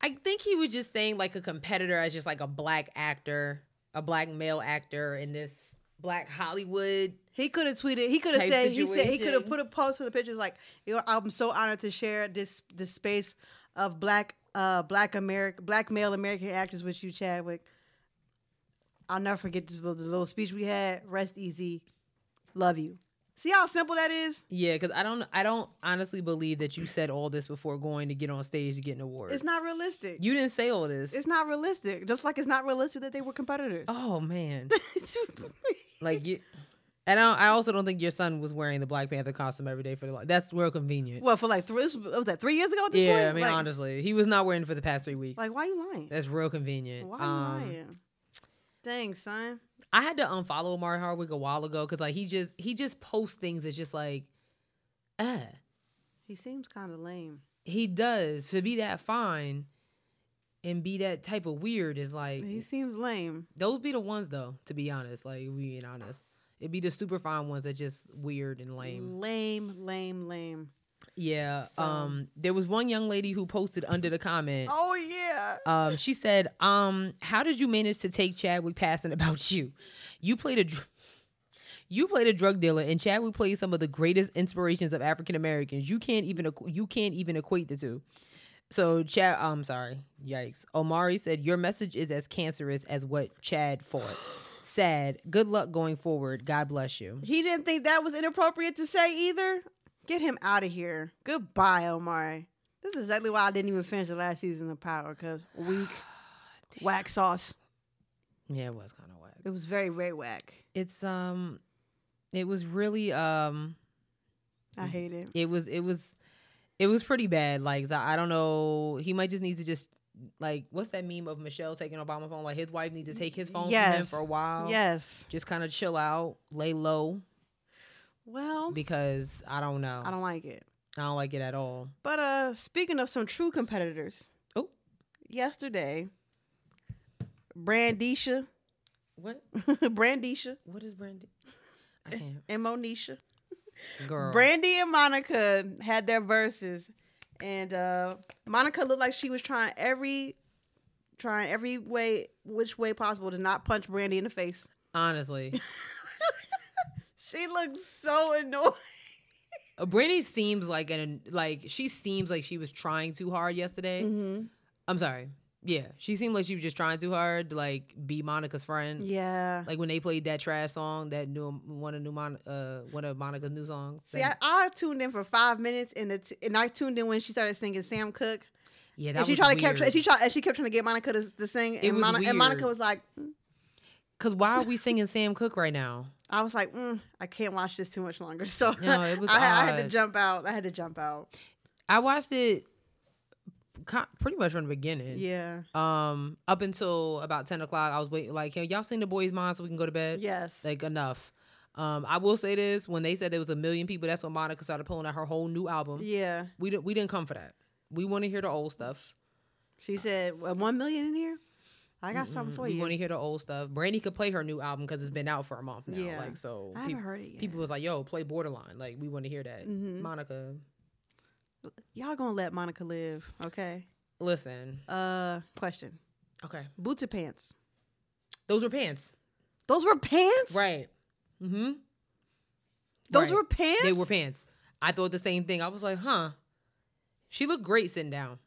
Speaker 1: I think he was just saying like a competitor as just like a black actor, a black male actor in this black Hollywood.
Speaker 2: He could have tweeted. He could have
Speaker 1: Type
Speaker 2: said. He said he could have
Speaker 1: situation.
Speaker 2: put a post with the pictures like, "Yo, "I'm so honored to share this this space of black uh black American black male American actors with you, Chadwick." I'll never forget this little, the little speech we had. Rest easy, love you. See how simple that is.
Speaker 1: Yeah, because I don't, I don't honestly believe that you said all this before going to get on stage to get an award.
Speaker 2: It's not realistic.
Speaker 1: you didn't say all this.
Speaker 2: it's not realistic. Just like it's not realistic that they were competitors. (laughs)
Speaker 1: oh (laughs) man, like you. And I, I also don't think your son was wearing the Black Panther costume every day for the. lo- That's real convenient.
Speaker 2: well, for like three, this was was that three years ago at this
Speaker 1: yeah,
Speaker 2: point?
Speaker 1: I mean
Speaker 2: like,
Speaker 1: honestly, he was not wearing it for the past three weeks.
Speaker 2: like, why you lying?
Speaker 1: That's real convenient.
Speaker 2: Why
Speaker 1: Um,
Speaker 2: you lying? Dang, son.
Speaker 1: I had to unfollow Amari Hardwick a while ago because like he just he just posts things that's just like, eh.
Speaker 2: He seems kind of lame.
Speaker 1: He does to be that fine, and be that type of weird is like
Speaker 2: He seems lame.
Speaker 1: those be the ones though. To be honest, like we being honest, it'd be the super fine ones that just weird and lame.
Speaker 2: Lame, lame, lame.
Speaker 1: Yeah.
Speaker 2: So-
Speaker 1: Um. There was one young lady who posted under the comment.
Speaker 2: Oh yeah.
Speaker 1: Um, she said, um, how did you manage to take Chadwick passing about you? You played a dr- you played a drug dealer and Chadwick played some of the greatest inspirations of African Americans. You can't even equ- you can't even equate the two. So Chad, I'm sorry, yikes. Omari said your message is as cancerous as what Chad
Speaker 2: (gasps)
Speaker 1: fought. Sad. Good luck going forward. God bless you.
Speaker 2: He didn't think that was inappropriate to say either. Get him out of here. Goodbye, Omari. This is exactly why I didn't even finish the last season of Power
Speaker 1: (sighs)
Speaker 2: because weak whack sauce.
Speaker 1: Yeah, it was kind of whack.
Speaker 2: It was very very whack.
Speaker 1: It's um, it was really um. Mm.
Speaker 2: I hate it.
Speaker 1: it was it was it was pretty bad like so i don't know he might just need to just like what's that meme of michelle taking obama phone like his wife needs to take his phone from him
Speaker 2: Yes.
Speaker 1: for a while
Speaker 2: Yes.
Speaker 1: just kind of chill out lay low
Speaker 2: Well,
Speaker 1: because i don't know
Speaker 2: I don't like it.
Speaker 1: I don't like it at all
Speaker 2: But uh speaking of some true competitors.
Speaker 1: Oh.
Speaker 2: Yesterday, Brandisha, (laughs)
Speaker 1: what
Speaker 2: Brandisha
Speaker 1: what is brandy i can't
Speaker 2: and Monisha.
Speaker 1: (laughs) girl
Speaker 2: Brandy and Monica had their verses. And uh Monica looked like she was trying every trying every way which way possible to not punch Brandy in the face. (laughs)
Speaker 1: honestly
Speaker 2: She looked so annoyed.
Speaker 1: Uh, brandy seems like an like she seems like she was trying too hard yesterday
Speaker 2: Mm-hmm.
Speaker 1: i'm sorry yeah she seemed like she was just trying too hard to like be monica's friend
Speaker 2: Yeah.
Speaker 1: Like when they played that trash song, that new one of new Mon- uh one of Monica's new songs.
Speaker 2: See, I, I tuned in for five minutes, and the t- and I tuned in when she started singing Sam Cooke.
Speaker 1: yeah,
Speaker 2: and
Speaker 1: that
Speaker 2: she
Speaker 1: was
Speaker 2: tried to kept
Speaker 1: weird.
Speaker 2: and she tried and she kept trying to get Monica to, to sing and,
Speaker 1: was
Speaker 2: Moni- and Monica
Speaker 1: weird.
Speaker 2: was like mm.
Speaker 1: Cause why are we singing Sam Cooke right now?
Speaker 2: I was like mm, I can't watch this too much longer (laughs) so
Speaker 1: No, it was
Speaker 2: I, had- I had to
Speaker 1: odd.
Speaker 2: jump out I had to jump out
Speaker 1: I watched it co- pretty much from the beginning.
Speaker 2: yeah
Speaker 1: Um, up until about ten o'clock, I was waiting. Like, hey, y'all sing the boys' mind so we can go to bed.
Speaker 2: yes
Speaker 1: Like enough. Um, I will say this: when they said there was a million people, that's when Monica started pulling out her whole new album.
Speaker 2: yeah
Speaker 1: We didn't we didn't come for that. We want to hear the old stuff.
Speaker 2: she said "Well, one million in here I got something for
Speaker 1: We
Speaker 2: you
Speaker 1: want to hear the old stuff. Brandy could play her new album because it's been out for a month now.
Speaker 2: Yeah.
Speaker 1: Like so,
Speaker 2: I haven't
Speaker 1: peop-
Speaker 2: heard it yet.
Speaker 1: People was like, "Yo, play Borderline." Like we want to hear that.
Speaker 2: Mm-hmm.
Speaker 1: Monica,
Speaker 2: y'all gonna let Monica live okay
Speaker 1: listen.
Speaker 2: uh question
Speaker 1: Okay,
Speaker 2: boots or pants
Speaker 1: those were pants,
Speaker 2: those were pants
Speaker 1: right? Mm-hmm.
Speaker 2: those
Speaker 1: right.
Speaker 2: were pants
Speaker 1: They were pants. I thought the same thing. I was like, "Huh." She looked great sitting down.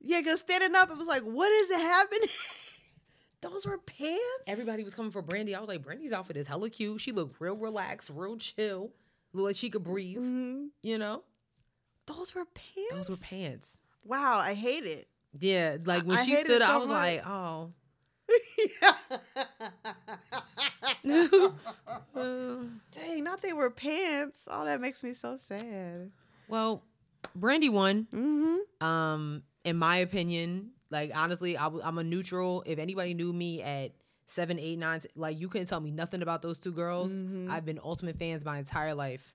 Speaker 2: yeah cause standing up it was like what is happening (laughs) those were pants
Speaker 1: Everybody was coming for Brandy. I was like, "Brandy's outfit is hella cute. She looked real relaxed, real chill. Looked like she could breathe."
Speaker 2: Mhm.
Speaker 1: You know,
Speaker 2: those were pants
Speaker 1: those were pants.
Speaker 2: Wow, I
Speaker 1: (laughs)
Speaker 2: hate it. (laughs)
Speaker 1: Yeah, like when
Speaker 2: I
Speaker 1: she
Speaker 2: hate it
Speaker 1: stood, up, I
Speaker 2: so
Speaker 1: was
Speaker 2: much.
Speaker 1: like, "Oh." "Oh." (laughs) Uh,
Speaker 2: Dang, not they were pants. Oh, that makes me so sad.
Speaker 1: Well, Brandy won.
Speaker 2: Mm-hmm.
Speaker 1: Um, in my opinion, like honestly, I w- I'm a neutral. If anybody knew me at seven, eight, nine, t- like you couldn't tell me nothing about those two girls. I've been ultimate fans my entire life.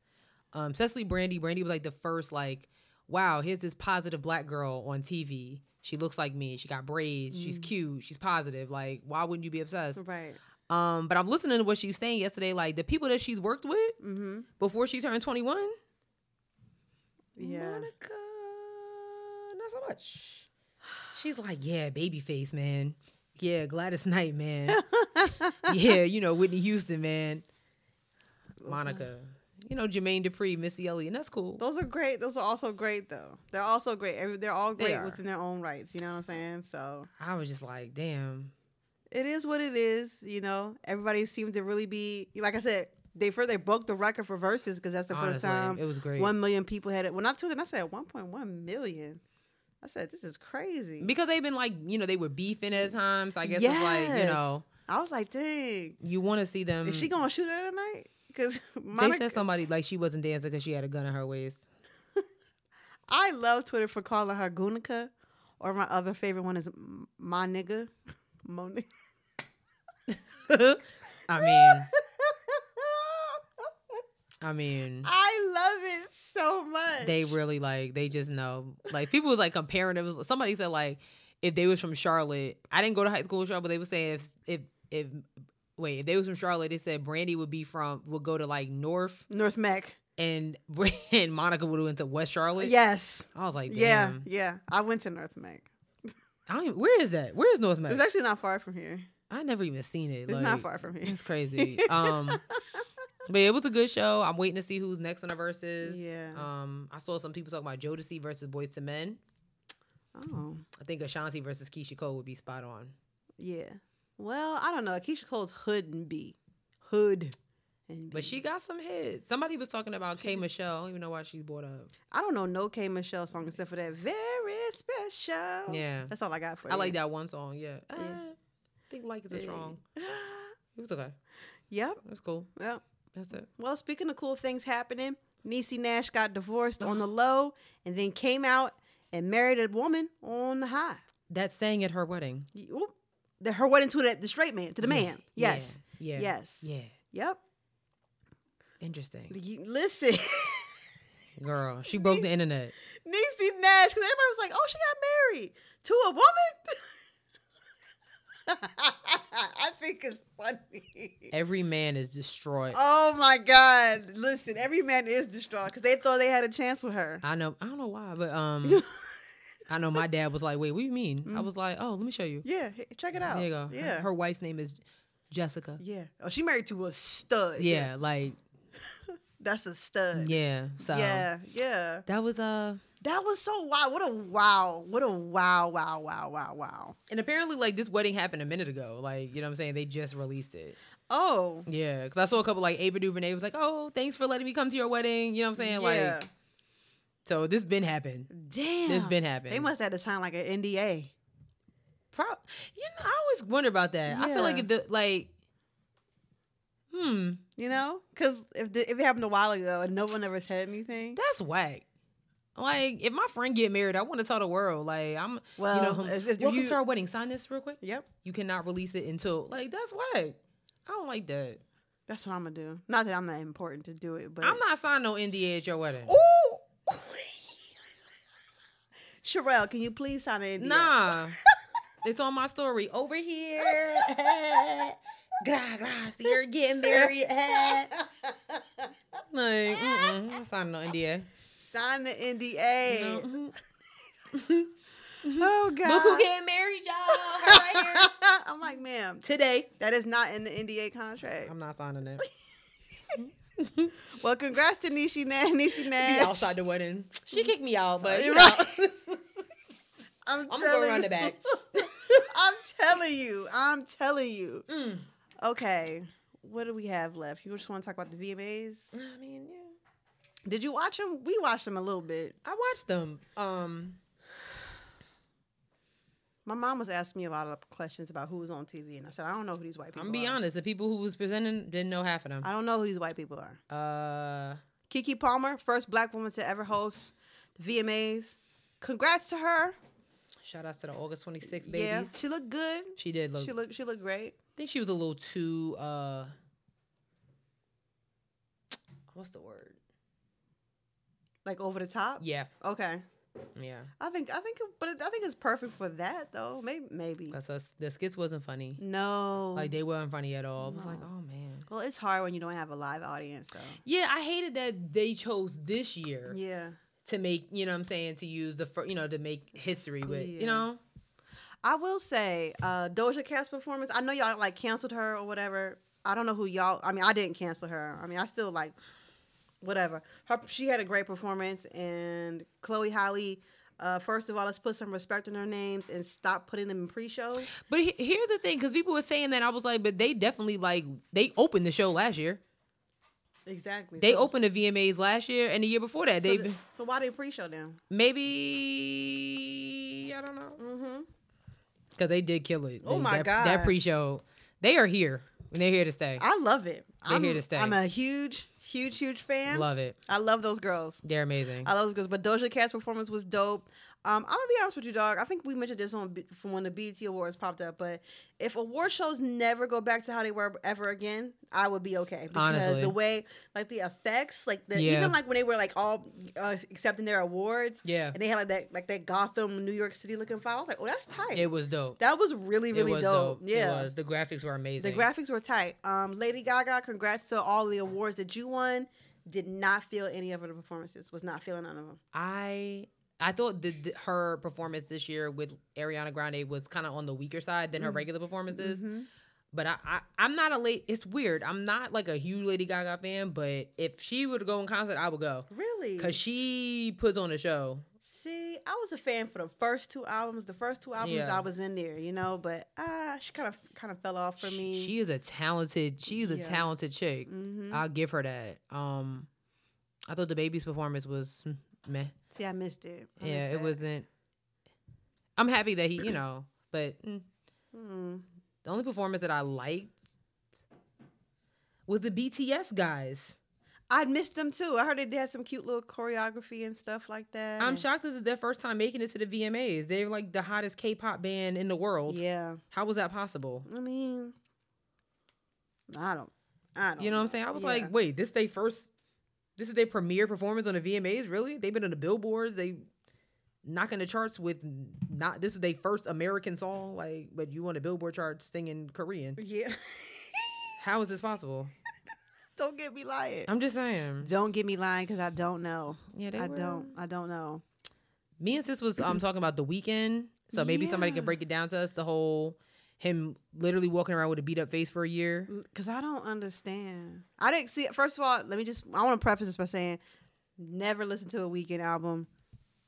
Speaker 1: Um, especially Brandy. Brandy was like the first, like, wow, here's this positive black girl on TV. She looks like me. She got braids. She's cute. She's positive. Like, why wouldn't you be obsessed?
Speaker 2: Right.
Speaker 1: Um, but I'm listening to what she was saying yesterday. Like the people that she's worked with
Speaker 2: Mm-hmm.
Speaker 1: before she turned 21,
Speaker 2: Yeah.
Speaker 1: Monica, not so much. She's like, yeah, babyface, man. Yeah, Gladys Knight, man.
Speaker 2: (laughs)
Speaker 1: yeah, you know Whitney Houston, man. Monica, you know Jermaine Dupri, Missy Elliott. And that's cool.
Speaker 2: Those are great. Those are also great though. They're also great. Every- They're all
Speaker 1: They
Speaker 2: great
Speaker 1: are.
Speaker 2: within their own rights. You know what I'm saying? So
Speaker 1: I was just like, damn.
Speaker 2: it is what it is. You know, everybody seemed to really be like I said. They first they broke the record for verses because that's the
Speaker 1: Honestly,
Speaker 2: first time
Speaker 1: it was great.
Speaker 2: one million people had it. Well, not two. Then I said 1.1 million. I said this is crazy.
Speaker 1: because they've been like, you know, they were beefing at times. I guess it's like, you
Speaker 2: Yes.
Speaker 1: know,
Speaker 2: I was like, dang,
Speaker 1: you want to see them.
Speaker 2: is she gonna shoot her tonight? (laughs) Because
Speaker 1: they Mm. said somebody like she wasn't dancing because she had a gun in her waist. (laughs)
Speaker 2: I love Twitter for calling her Gunica, or my other favorite one is M- my nigga, (laughs) Monique.
Speaker 1: I mean, I mean,
Speaker 2: I love it so much.
Speaker 1: they really like they just know. Like people was like comparing. It was somebody said like if they was from Charlotte. I didn't go to high school in Charlotte, but they were saying if if if wait if they was from Charlotte, they said Brandy would be from would go to like North
Speaker 2: North Mac.
Speaker 1: and (laughs) and Monica would have went to West Charlotte.
Speaker 2: Yes.
Speaker 1: I was like, damn.
Speaker 2: Yeah, yeah. I went to North Mac.
Speaker 1: I don't even, where is that? Where is North Mac?
Speaker 2: It's actually not far from here.
Speaker 1: I never even seen it.
Speaker 2: It's not
Speaker 1: like-
Speaker 2: far from here.
Speaker 1: It's crazy. Um, but it was a good show. I'm waiting to see who's next on the verses.
Speaker 2: Yeah.
Speaker 1: Um, I saw some people talking about Jodeci versus Boys to Men.
Speaker 2: (laughs) Oh,
Speaker 1: I think Ashanti versus Keisha Cole would be spot on.
Speaker 2: yeah. Well, I don't know. Keisha Cole's hood and B, hood and B.
Speaker 1: But she got some hits. Somebody was talking about K Michelle. I don't even know why she's brought up.
Speaker 2: I don't know no K Michelle song except for that very special.
Speaker 1: Yeah.
Speaker 2: That's all I got for
Speaker 1: I
Speaker 2: you.
Speaker 1: like that one song. Oh, Yeah.
Speaker 2: Yeah.
Speaker 1: Uh, I think like is a strong. It was okay.
Speaker 2: (laughs) yep.
Speaker 1: It was cool.
Speaker 2: Yep.
Speaker 1: That's it.
Speaker 2: Well, speaking of cool things happening, Niecy Nash got divorced
Speaker 1: (gasps)
Speaker 2: on the low and then came out and married a woman on the high.
Speaker 1: That sang at her wedding.
Speaker 2: Y- oop. The, her wedding to the, the straight man, to the
Speaker 1: Yeah,
Speaker 2: man. Yes.
Speaker 1: Yeah. Yeah.
Speaker 2: Yes.
Speaker 1: Yeah.
Speaker 2: Yep.
Speaker 1: Interesting.
Speaker 2: You- listen, (laughs) Niecy
Speaker 1: Girl, she broke
Speaker 2: (laughs)
Speaker 1: the internet.
Speaker 2: Nash, because everybody was like, oh, she got married to a woman. (laughs) I think it's funny.
Speaker 1: Every man is destroyed.
Speaker 2: Oh my God. Listen, every man is distraught because they thought they had a chance with her.
Speaker 1: I know. I don't know why, but
Speaker 2: (laughs)
Speaker 1: um, I know my dad was like, "Wait, what do you mean?" I was like, "Oh, let me show you."
Speaker 2: Yeah, h- check it Mm. out.
Speaker 1: There you go. Her-
Speaker 2: Yeah.
Speaker 1: Her, wife's name is Jessica.
Speaker 2: Yeah. Oh, she married to a stud.
Speaker 1: Yeah, like
Speaker 2: That's a stud.
Speaker 1: yeah. So
Speaker 2: Yeah. Yeah.
Speaker 1: that was uh,
Speaker 2: That was so wow. What a wow. What a wow, wow, wow, wow, wow.
Speaker 1: and apparently like this wedding happened a minute ago. Like you know what I'm saying? They just released it.
Speaker 2: Oh.
Speaker 1: Yeah, because I saw a couple like Ava DuVernay was like, "Oh, thanks for letting me come to your wedding." You know what I'm saying?
Speaker 2: yeah.
Speaker 1: Like so, this been happened.
Speaker 2: damn.
Speaker 1: This been happened.
Speaker 2: They must have had to sign like an NDA.
Speaker 1: Pro- you know, I always wonder about that. I feel like
Speaker 2: Yeah.
Speaker 1: if the like, hmm,
Speaker 2: You know? Because if, the- if it happened a while ago and no one ever said anything,
Speaker 1: That's whack. Like, if my friend get married, I want to tell the world. Like, I'm,
Speaker 2: Well,
Speaker 1: you know,
Speaker 2: as if
Speaker 1: welcome
Speaker 2: you-
Speaker 1: to our wedding. Sign this real quick.
Speaker 2: yep,
Speaker 1: You cannot release it until like that's whack. I don't like that.
Speaker 2: that's what I'm gonna do. Not that I'm not important to do it, but
Speaker 1: I'm not signing no NDA at your wedding.
Speaker 2: Ooh. (laughs) Sherelle, can you please sign an NDA?
Speaker 1: Nah, it's on my story over here. (laughs) Gra gra, see her getting
Speaker 2: (laughs)
Speaker 1: married. like, mm-mm, I'm not signing no NDA.
Speaker 2: (laughs) Sign the NDA.
Speaker 1: No.
Speaker 2: Oh God!
Speaker 1: Look who getting married, y'all. Her right here
Speaker 2: (laughs) I'm like, ma'am,
Speaker 1: today.
Speaker 2: that is not in the NDA contract.
Speaker 1: I'm not signing it.
Speaker 2: Well, congrats to Nishi Nash. (laughs) Nishi
Speaker 1: be
Speaker 2: Nash.
Speaker 1: outside the wedding. She kicked me out, but you
Speaker 2: You're
Speaker 1: know, (laughs)
Speaker 2: (laughs) right. I'm,
Speaker 1: I'm gonna
Speaker 2: telling
Speaker 1: go around the
Speaker 2: you.
Speaker 1: back.
Speaker 2: (laughs) I'm telling you. I'm telling you.
Speaker 1: Mm.
Speaker 2: Okay, what do we have left? You just want to talk about the VMAs?
Speaker 1: I mean, yeah,
Speaker 2: Did you watch them? We watched them a little bit.
Speaker 1: I watched them. Um,
Speaker 2: My mom was asking me a lot of questions about who was on TV, and I said, I don't know who these white people.
Speaker 1: I'm gonna be
Speaker 2: are.
Speaker 1: honest. The people who was presenting didn't know half of them.
Speaker 2: I don't know who these white people are.
Speaker 1: Uh,
Speaker 2: Kiki Palmer, first black woman to ever host the VMAs. Congrats to her.
Speaker 1: shout outs to the August 26th babies.
Speaker 2: Yeah, she looked good.
Speaker 1: She did look.
Speaker 2: She looked she looked great.
Speaker 1: I think she was a little too. uh What's the word?
Speaker 2: Like over the top.
Speaker 1: Yeah,
Speaker 2: Okay.
Speaker 1: yeah.
Speaker 2: I think I think but it, I think it's perfect for that though. Maybe maybe.
Speaker 1: That's us. The skits wasn't funny.
Speaker 2: No.
Speaker 1: Like they weren't funny at all. It was like,
Speaker 2: No.
Speaker 1: oh man.
Speaker 2: well, it's hard when you don't have a live audience though.
Speaker 1: Yeah, I hated that they chose this year.
Speaker 2: Yeah.
Speaker 1: to make you know what I'm saying to use the fir- you know to make history with you
Speaker 2: Yeah.
Speaker 1: know
Speaker 2: I will say, uh, Doja Cat's performance. I know y'all like canceled her or whatever. I don't know who y'all. I mean, I didn't cancel her. I mean, I still like, whatever. Her, she had a great performance, and Chloe Holly. Uh, first of all, let's put some respect on her names and stop putting them in pre-shows.
Speaker 1: But he- here's the thing, because people were saying that I was like, but they definitely like they opened the show last year.
Speaker 2: Exactly.
Speaker 1: They
Speaker 2: so,
Speaker 1: opened the VMAs last year and the year before that.
Speaker 2: so,
Speaker 1: They
Speaker 2: th- so why they pre-show them?
Speaker 1: maybe I don't know
Speaker 2: Mm-hmm.
Speaker 1: because they did kill it.
Speaker 2: Oh
Speaker 1: They-
Speaker 2: my
Speaker 1: that, that
Speaker 2: God.
Speaker 1: pre-show, they are here and they're here to stay.
Speaker 2: I love it.
Speaker 1: They're
Speaker 2: I'm,
Speaker 1: here to stay.
Speaker 2: I'm a huge, huge, huge fan.
Speaker 1: Love it.
Speaker 2: I love those girls.
Speaker 1: They're amazing.
Speaker 2: I love those girls. But Doja Cat's performance was dope. Um, I'm gonna be honest with you, dog. I think we mentioned this on B- from when the BET Awards popped up. But if award shows never go back to how they were ever again, I would be okay because
Speaker 1: Honestly.
Speaker 2: the way, like the effects, like the
Speaker 1: Yeah.
Speaker 2: even like when they were like all uh, accepting their awards,
Speaker 1: Yeah,
Speaker 2: and they had like that like that Gotham, New York City looking file. I was like, oh, that's tight.
Speaker 1: it was dope.
Speaker 2: that was really really
Speaker 1: it was
Speaker 2: dope. Yeah.
Speaker 1: it was. the graphics were
Speaker 2: The
Speaker 1: amazing.
Speaker 2: graphics were tight. Um, Lady Gaga, congrats to all the awards that you won. Did not feel any of her performances. Was not feeling none of them.
Speaker 1: I I thought the, the, her performance this year with Ariana Grande was kind of on the weaker side than her
Speaker 2: Mm-hmm.
Speaker 1: regular performances. But I, I I'm not a late. It's weird. I'm not like a huge Lady Gaga fan, but if she were to go in concert, I would go
Speaker 2: Really?
Speaker 1: because she puts on a show.
Speaker 2: See, I was a fan for the first two albums. The first two albums,
Speaker 1: Yeah.
Speaker 2: I was in there, you know. But uh, she kind of kind of fell off for
Speaker 1: Sh-
Speaker 2: me.
Speaker 1: she is a talented. She's a
Speaker 2: Yeah.
Speaker 1: talented chick.
Speaker 2: hmm
Speaker 1: I'll give her that. Um, I thought the baby's performance was mm, meh.
Speaker 2: See, I missed it. I
Speaker 1: yeah,
Speaker 2: missed
Speaker 1: it
Speaker 2: that.
Speaker 1: wasn't. I'm happy that he, you know,
Speaker 2: (clears throat)
Speaker 1: but. mm,
Speaker 2: Mm.
Speaker 1: The only performance that I liked was the BTS guys.
Speaker 2: I missed them too. I heard they had some cute little choreography and stuff like that.
Speaker 1: I'm
Speaker 2: and-
Speaker 1: shocked this is their first time making it to the VMAs. They're like the hottest K-pop band in the world.
Speaker 2: Yeah,
Speaker 1: How was that possible?
Speaker 2: I mean, I don't, I don't.
Speaker 1: You know what I'm saying? I was
Speaker 2: Yeah.
Speaker 1: like, wait, this they first, this is their premiere performance on the VMAs. Really? They've been on the billboards. They knocking the charts with not this is their first American song. Like, but you on the Billboard charts singing Korean?
Speaker 2: (laughs) yeah.
Speaker 1: How is this possible?
Speaker 2: don't get me lying.
Speaker 1: I'm just saying.
Speaker 2: Don't get me lying because I don't know.
Speaker 1: Yeah, they
Speaker 2: I
Speaker 1: were-
Speaker 2: don't. I don't know.
Speaker 1: me and sis was um talking about the weekend so maybe somebody
Speaker 2: Yeah.
Speaker 1: could break it down to us the whole him literally walking around with a beat up face for a year
Speaker 2: Cause I don't understand. I didn't see. First of all, let me just. I want to preface this by saying, never listen to a weekend album.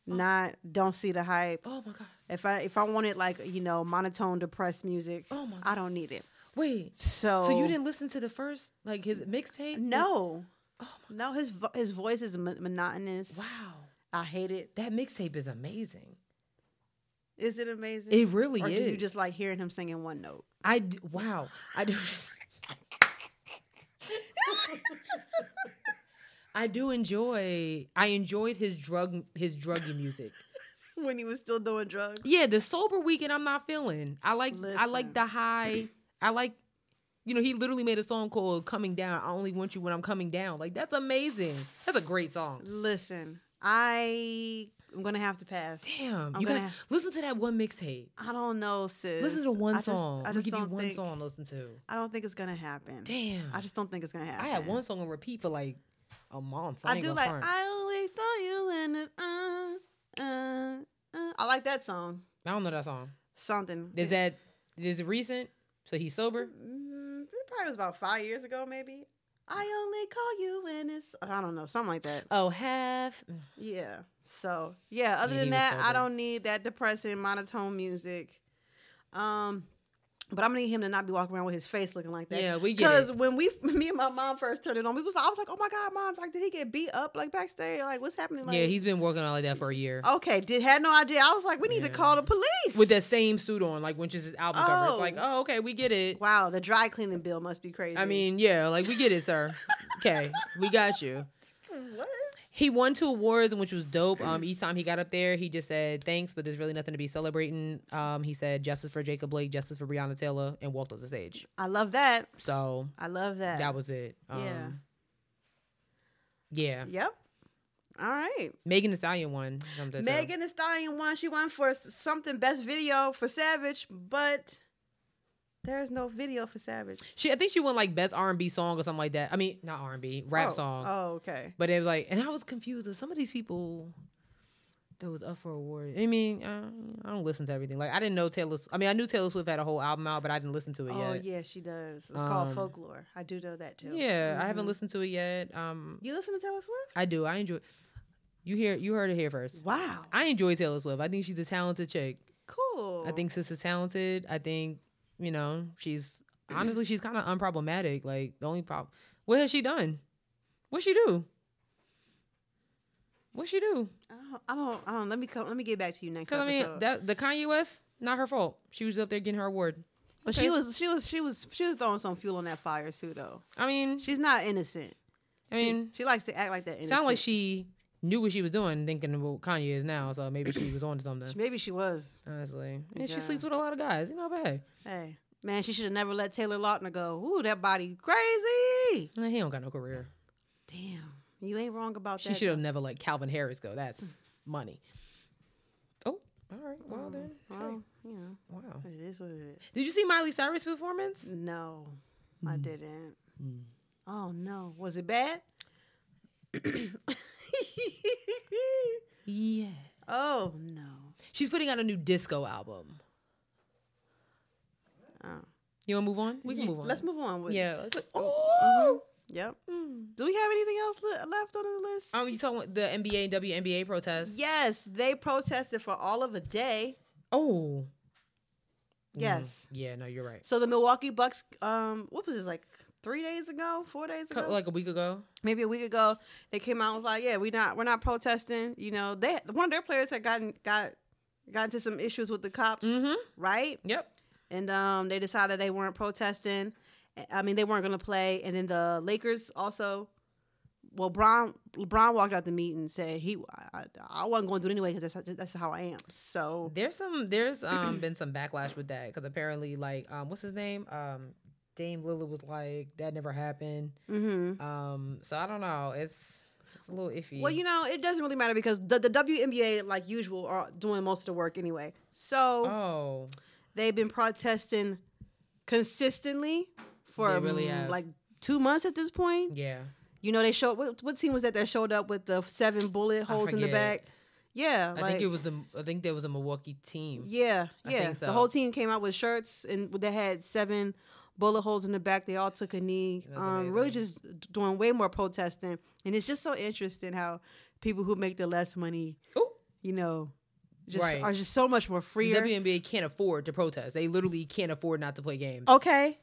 Speaker 2: Not. Don't see the hype.
Speaker 1: oh my god
Speaker 2: If I if I wanted like you know monotone depressed music,
Speaker 1: Oh my
Speaker 2: I don't need it.
Speaker 1: wait
Speaker 2: So
Speaker 1: so you didn't listen to the first like his mixtape
Speaker 2: Oh. No.
Speaker 1: Oh
Speaker 2: no, his vo- his voice is mon- monotonous.
Speaker 1: wow
Speaker 2: I hate it.
Speaker 1: that mixtape is amazing
Speaker 2: Is it amazing?
Speaker 1: it really
Speaker 2: or do
Speaker 1: is
Speaker 2: you just like hearing him singing one note? (laughs)
Speaker 1: i d- wow i do (laughs) i do enjoy i enjoyed his drug his druggy music
Speaker 2: When he was still doing drugs.
Speaker 1: Yeah, the sober weekend I'm not feeling. I like I like
Speaker 2: Listen.
Speaker 1: the high. I like you know, he literally made a song called Coming Down. I only want you when I'm coming down. Like that's amazing. That's a great song.
Speaker 2: Listen, I am gonna have to pass.
Speaker 1: Damn.
Speaker 2: I'm
Speaker 1: you
Speaker 2: gonna
Speaker 1: guys
Speaker 2: have-
Speaker 1: listen to that one mixtape.
Speaker 2: I don't know, sis.
Speaker 1: Listen to
Speaker 2: I
Speaker 1: one
Speaker 2: just-
Speaker 1: song.
Speaker 2: I
Speaker 1: I'm
Speaker 2: just
Speaker 1: gonna give you
Speaker 2: don't
Speaker 1: one
Speaker 2: think-
Speaker 1: song to listen to.
Speaker 2: I don't think it's gonna happen.
Speaker 1: Damn.
Speaker 2: I just don't think it's gonna happen.
Speaker 1: I had one song on repeat for like a month. I,
Speaker 2: I do like. I always thought you in it. Uh, uh, uh. I like that song.
Speaker 1: I don't know that song.
Speaker 2: Something.
Speaker 1: Is that is it recent? So he's sober?
Speaker 2: Mm, it probably was about five years ago, maybe. I only call you when it's. I don't know, something like that.
Speaker 1: Oh, have
Speaker 2: Yeah. So yeah. Other
Speaker 1: Yeah, he was
Speaker 2: than that, I
Speaker 1: sober.
Speaker 2: don't need that depressing monotone music. Um, but I'm gonna need him to not be walking around with his face looking like that.
Speaker 1: Yeah, we get
Speaker 2: Because
Speaker 1: it.
Speaker 2: when we, (laughs) me and my mom first turned it on, we was I was like, oh my god, mom, like did he get beat up like backstage? Like what's happening? Like, Oh,
Speaker 1: Yeah, he's been working on like that for a year.
Speaker 2: okay. Did had no idea. I was like, we need to
Speaker 1: Yeah.
Speaker 2: call the police.
Speaker 1: with that same suit on, like Winchester's album cover. It's like, oh, okay, we get it.
Speaker 2: wow, the dry cleaning bill must be crazy.
Speaker 1: I mean, yeah, like we get it,
Speaker 2: (laughs)
Speaker 1: sir. okay, we got you.
Speaker 2: what?
Speaker 1: He won two awards, which was dope. Um, each time he got up there, he just said thanks, but there's really nothing to be celebrating. Um, he said justice for Jacob Blake, justice for Breonna Taylor, and walked off the stage.
Speaker 2: I love that.
Speaker 1: So
Speaker 2: I love that.
Speaker 1: that was it. Um,
Speaker 2: Yeah.
Speaker 1: yeah.
Speaker 2: Yep. All right.
Speaker 1: Megan Thee Stallion won. something, so-
Speaker 2: Megan Thee Stallion won. She won for s- something best video for Savage, but there's no video for Savage.
Speaker 1: She, I think she won like best R and B song or something like that. I mean, not R and B, rap
Speaker 2: Oh,
Speaker 1: song.
Speaker 2: Oh, okay.
Speaker 1: But it was like, and I was confused. with Some of these people, that was up for award. I mean, uh, I don't listen to everything. Like I didn't know Taylor. I mean, I knew Taylor Swift had a whole album out, but I didn't listen to it
Speaker 2: Oh
Speaker 1: yet.
Speaker 2: yeah, she does. It's called
Speaker 1: Um,
Speaker 2: folklore. I do know that too.
Speaker 1: Yeah, I haven't
Speaker 2: Mhm.
Speaker 1: listened to it yet. Um,
Speaker 2: You listen to Taylor Swift?
Speaker 1: I do. I enjoy. You hear? You heard it here first.
Speaker 2: Wow.
Speaker 1: I enjoy Taylor Swift. I think she's a talented chick.
Speaker 2: Cool.
Speaker 1: I think Sis is talented. I think you know she's honestly she's kind of unproblematic. Like the only problem, what has she done? What she do? What she do?
Speaker 2: I don't, I don't, I don't. Let me come. Let me get back to you next
Speaker 1: Because I
Speaker 2: episode.
Speaker 1: mean, that the Kanye West, not her fault. She was up there getting her award.
Speaker 2: but
Speaker 1: okay.
Speaker 2: she was, she was, she was, she was throwing some fuel on that fire too, though.
Speaker 1: I mean,
Speaker 2: She's not innocent.
Speaker 1: I mean,
Speaker 2: she, she likes to act like that. Innocent.
Speaker 1: sound like she knew what she was doing, thinking of what Kanye is now. So maybe she was on to something.
Speaker 2: Maybe she was. (clears throat)
Speaker 1: Honestly, and
Speaker 2: Yeah.
Speaker 1: she sleeps with a lot of guys. You know, but hey,
Speaker 2: Hey, man, she should have never let Taylor Lautner go. Ooh, that body crazy.
Speaker 1: nah, he don't got no career.
Speaker 2: Damn, you ain't wrong about
Speaker 1: She
Speaker 2: that.
Speaker 1: should have never let Calvin Harris go. That's money. Oh, all right. Well
Speaker 2: Mm,
Speaker 1: then, hey,
Speaker 2: Well, you know,
Speaker 1: wow.
Speaker 2: it is what it
Speaker 1: Did you see Miley Cyrus' performance?
Speaker 2: is. No,
Speaker 1: Mm.
Speaker 2: I didn't. Oh no, was it (coughs) bad? (laughs)
Speaker 1: Yeah.
Speaker 2: oh no.
Speaker 1: She's putting out a new disco album.
Speaker 2: Oh.
Speaker 1: You want to move on? We can
Speaker 2: Ye-
Speaker 1: move on.
Speaker 2: Let's move on. uh-huh. With
Speaker 1: Yeah. Let's like,
Speaker 2: Mhm.
Speaker 1: oh.
Speaker 2: Yep.
Speaker 1: Mm.
Speaker 2: Do we have anything else le- left on the list?
Speaker 1: Um, you talking about the NBA and WNBA protests?
Speaker 2: yes, they protested for all of a day.
Speaker 1: Oh. Mm.
Speaker 2: Yes.
Speaker 1: Yeah. No, you're right.
Speaker 2: So the Milwaukee Bucks, um, what was this like? Three days ago, four days ago,
Speaker 1: Cou- like a week ago.
Speaker 2: maybe a week ago, they came out and was like, "Yeah, we not we're not protesting." You know, they one of their players had gotten got got into some issues with the cops, right?
Speaker 1: Mm-hmm. Yep.
Speaker 2: And um, they decided they weren't protesting. I mean, they weren't going to play. And then the Lakers also. Well, Brown LeBron walked out the meeting and said he I, I wasn't going to do it anyway because that's that's how I am. So
Speaker 1: There's some.
Speaker 2: (clears throat)
Speaker 1: There's um been some backlash with that because apparently like um what's his name um Dame Lillard was like that never happened.
Speaker 2: hmm
Speaker 1: Um. So I don't know. It's it's a little iffy.
Speaker 2: well, you know, it doesn't really matter because the, the WNBA, like usual, are doing most of the work anyway. So
Speaker 1: Oh.
Speaker 2: they've been protesting consistently for
Speaker 1: They really
Speaker 2: mm,
Speaker 1: have.
Speaker 2: like two months at this point.
Speaker 1: Yeah.
Speaker 2: You know, they showed what, what team was that that showed up with the seven bullet holes in the
Speaker 1: forget.
Speaker 2: back? Yeah,
Speaker 1: I think it was the. I think there was a Milwaukee team.
Speaker 2: Yeah,
Speaker 1: I
Speaker 2: yeah.
Speaker 1: think
Speaker 2: The
Speaker 1: so.
Speaker 2: whole team came out with shirts and they had seven bullet holes in the back. They all took a knee.
Speaker 1: That's
Speaker 2: Um, really,
Speaker 1: amazing.
Speaker 2: just d- doing way more protesting, and it's just so interesting how people who make the less money,
Speaker 1: Oh.
Speaker 2: you know, just
Speaker 1: Right.
Speaker 2: are just so much more
Speaker 1: The
Speaker 2: freer.
Speaker 1: WNBA can't afford to protest. They literally can't afford not to play games.
Speaker 2: okay.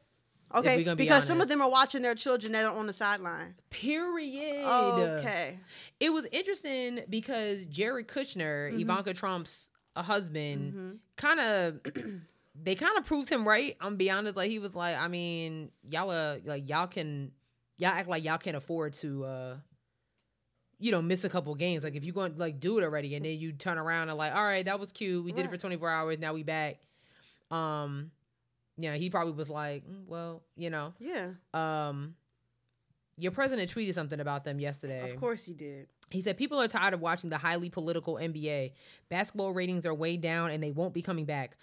Speaker 2: Okay,
Speaker 1: we gonna be
Speaker 2: because some
Speaker 1: honest.
Speaker 2: of them are watching their children that are on the sideline.
Speaker 1: Period.
Speaker 2: Okay,
Speaker 1: It was interesting because Jared Kushner,
Speaker 2: Mm-hmm.
Speaker 1: Ivanka Trump's a husband, kind of (clears throat) they kind of proved him right. I'm be honest, like he was like, I mean, y'all uh, like y'all can y'all act like y'all can afford to uh you know miss a couple games. Like if you going like do it already, and then you turn around and like, all right, that was cute. We did it for
Speaker 2: Right.
Speaker 1: 24 hours. Now we back. Um, yeah, he probably was like, "Mm, well, you know,
Speaker 2: yeah,
Speaker 1: um. Your president tweeted something about them yesterday.
Speaker 2: of course he did.
Speaker 1: He said people are tired of watching the highly political NBA. Basketball ratings are way down and they won't be coming back.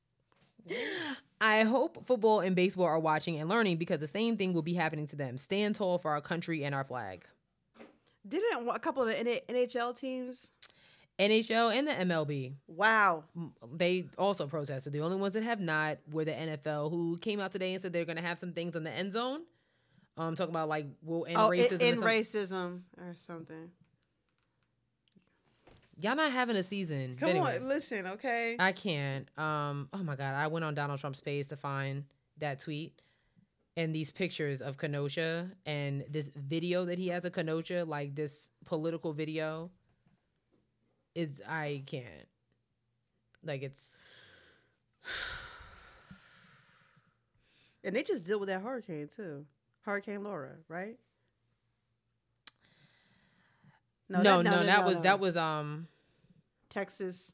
Speaker 1: (laughs) I hope football and baseball are watching and learning because the same thing will be happening to them. Stand tall for our country and our flag.
Speaker 2: Didn't a couple of the N- NHL teams?
Speaker 1: NHL and the MLB,
Speaker 2: Wow,
Speaker 1: m- they also protested. The only ones that have not were the NFL, who came out today and said they're going to have some things on the end zone. Um, talking about like will end
Speaker 2: oh,
Speaker 1: racism.
Speaker 2: in,
Speaker 1: and some-
Speaker 2: racism or something.
Speaker 1: Y'all not having a season.
Speaker 2: Come
Speaker 1: But anyway.
Speaker 2: on, listen, okay.
Speaker 1: I can't. Um. Oh my God. I went on Donald Trump's page to find that tweet and these pictures of Kenosha and this video that he has of Kenosha, like this political video. Is I can't. Like it's
Speaker 2: And they just deal with that hurricane too. Hurricane Laura, right?
Speaker 1: no, no, no, that was that was um
Speaker 2: Texas.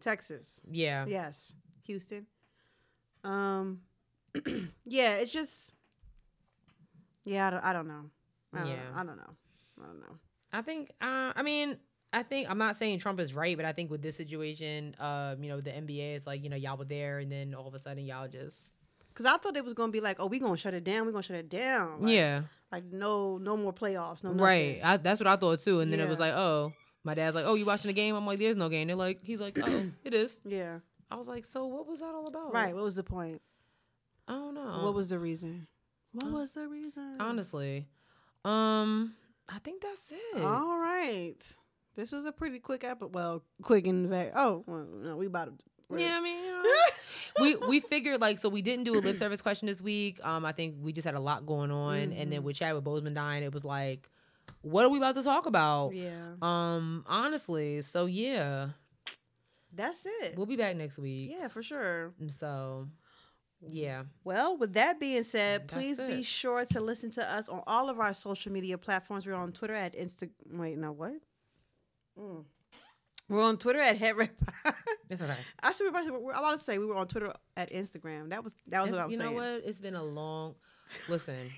Speaker 2: Texas.
Speaker 1: yeah.
Speaker 2: Yes. Houston. Um (clears throat) yeah, it's just Yeah, I don't, I don't know. I don't
Speaker 1: Yeah.
Speaker 2: know. I don't know. I don't know.
Speaker 1: I think. Uh, I mean. I think I'm not saying Trump is right, but I think with this situation, uh, you know, the NBA is like, you know, y'all were there, and then all of a sudden, y'all just
Speaker 2: Cause I thought it was gonna be like, oh, we gonna shut it down. We gonna shut it down. Like,
Speaker 1: yeah,
Speaker 2: Like no, no more playoffs. No.
Speaker 1: Right.
Speaker 2: nothing.
Speaker 1: I, that's what I thought too. And then it was
Speaker 2: Yeah.
Speaker 1: like, oh, My dad's like, "Oh, you watching the game?" I'm like, "There's no game." They're like, "He's like, oh,
Speaker 2: (clears throat)
Speaker 1: it is."
Speaker 2: Yeah.
Speaker 1: I was like, "So what was that all about?"
Speaker 2: Right. What was the point?
Speaker 1: I don't know.
Speaker 2: What was the reason? What was the reason?
Speaker 1: honestly? Um, I think that's it.
Speaker 2: All right. This was a pretty quick episode. Well, quick in fact. Oh, well, no, we about to. we're- (laughs)
Speaker 1: Yeah, I mean, you know, we we figured like so we didn't do a lip service question this week. Um, I think we just had a lot going on, and
Speaker 2: Mm-hmm.
Speaker 1: then with Chadwick Boseman dying, it was like, what are we about to talk about?
Speaker 2: yeah.
Speaker 1: Um, honestly, so yeah,
Speaker 2: That's it.
Speaker 1: we'll be back next week.
Speaker 2: Yeah, for sure.
Speaker 1: And So, yeah,
Speaker 2: Well, with that being said,
Speaker 1: That's
Speaker 2: please be
Speaker 1: it.
Speaker 2: sure to listen to us on all of our social media platforms. We're on Twitter at Insta. Wait, no, what? Mm. We're on Twitter at Head Rep.
Speaker 1: it's okay.
Speaker 2: (laughs) I said we were about to- we're about to say we were on Twitter at Instagram. That was that
Speaker 1: It's-
Speaker 2: was what I was
Speaker 1: you
Speaker 2: saying.
Speaker 1: know what? It's been a long.
Speaker 2: (laughs)
Speaker 1: Listen,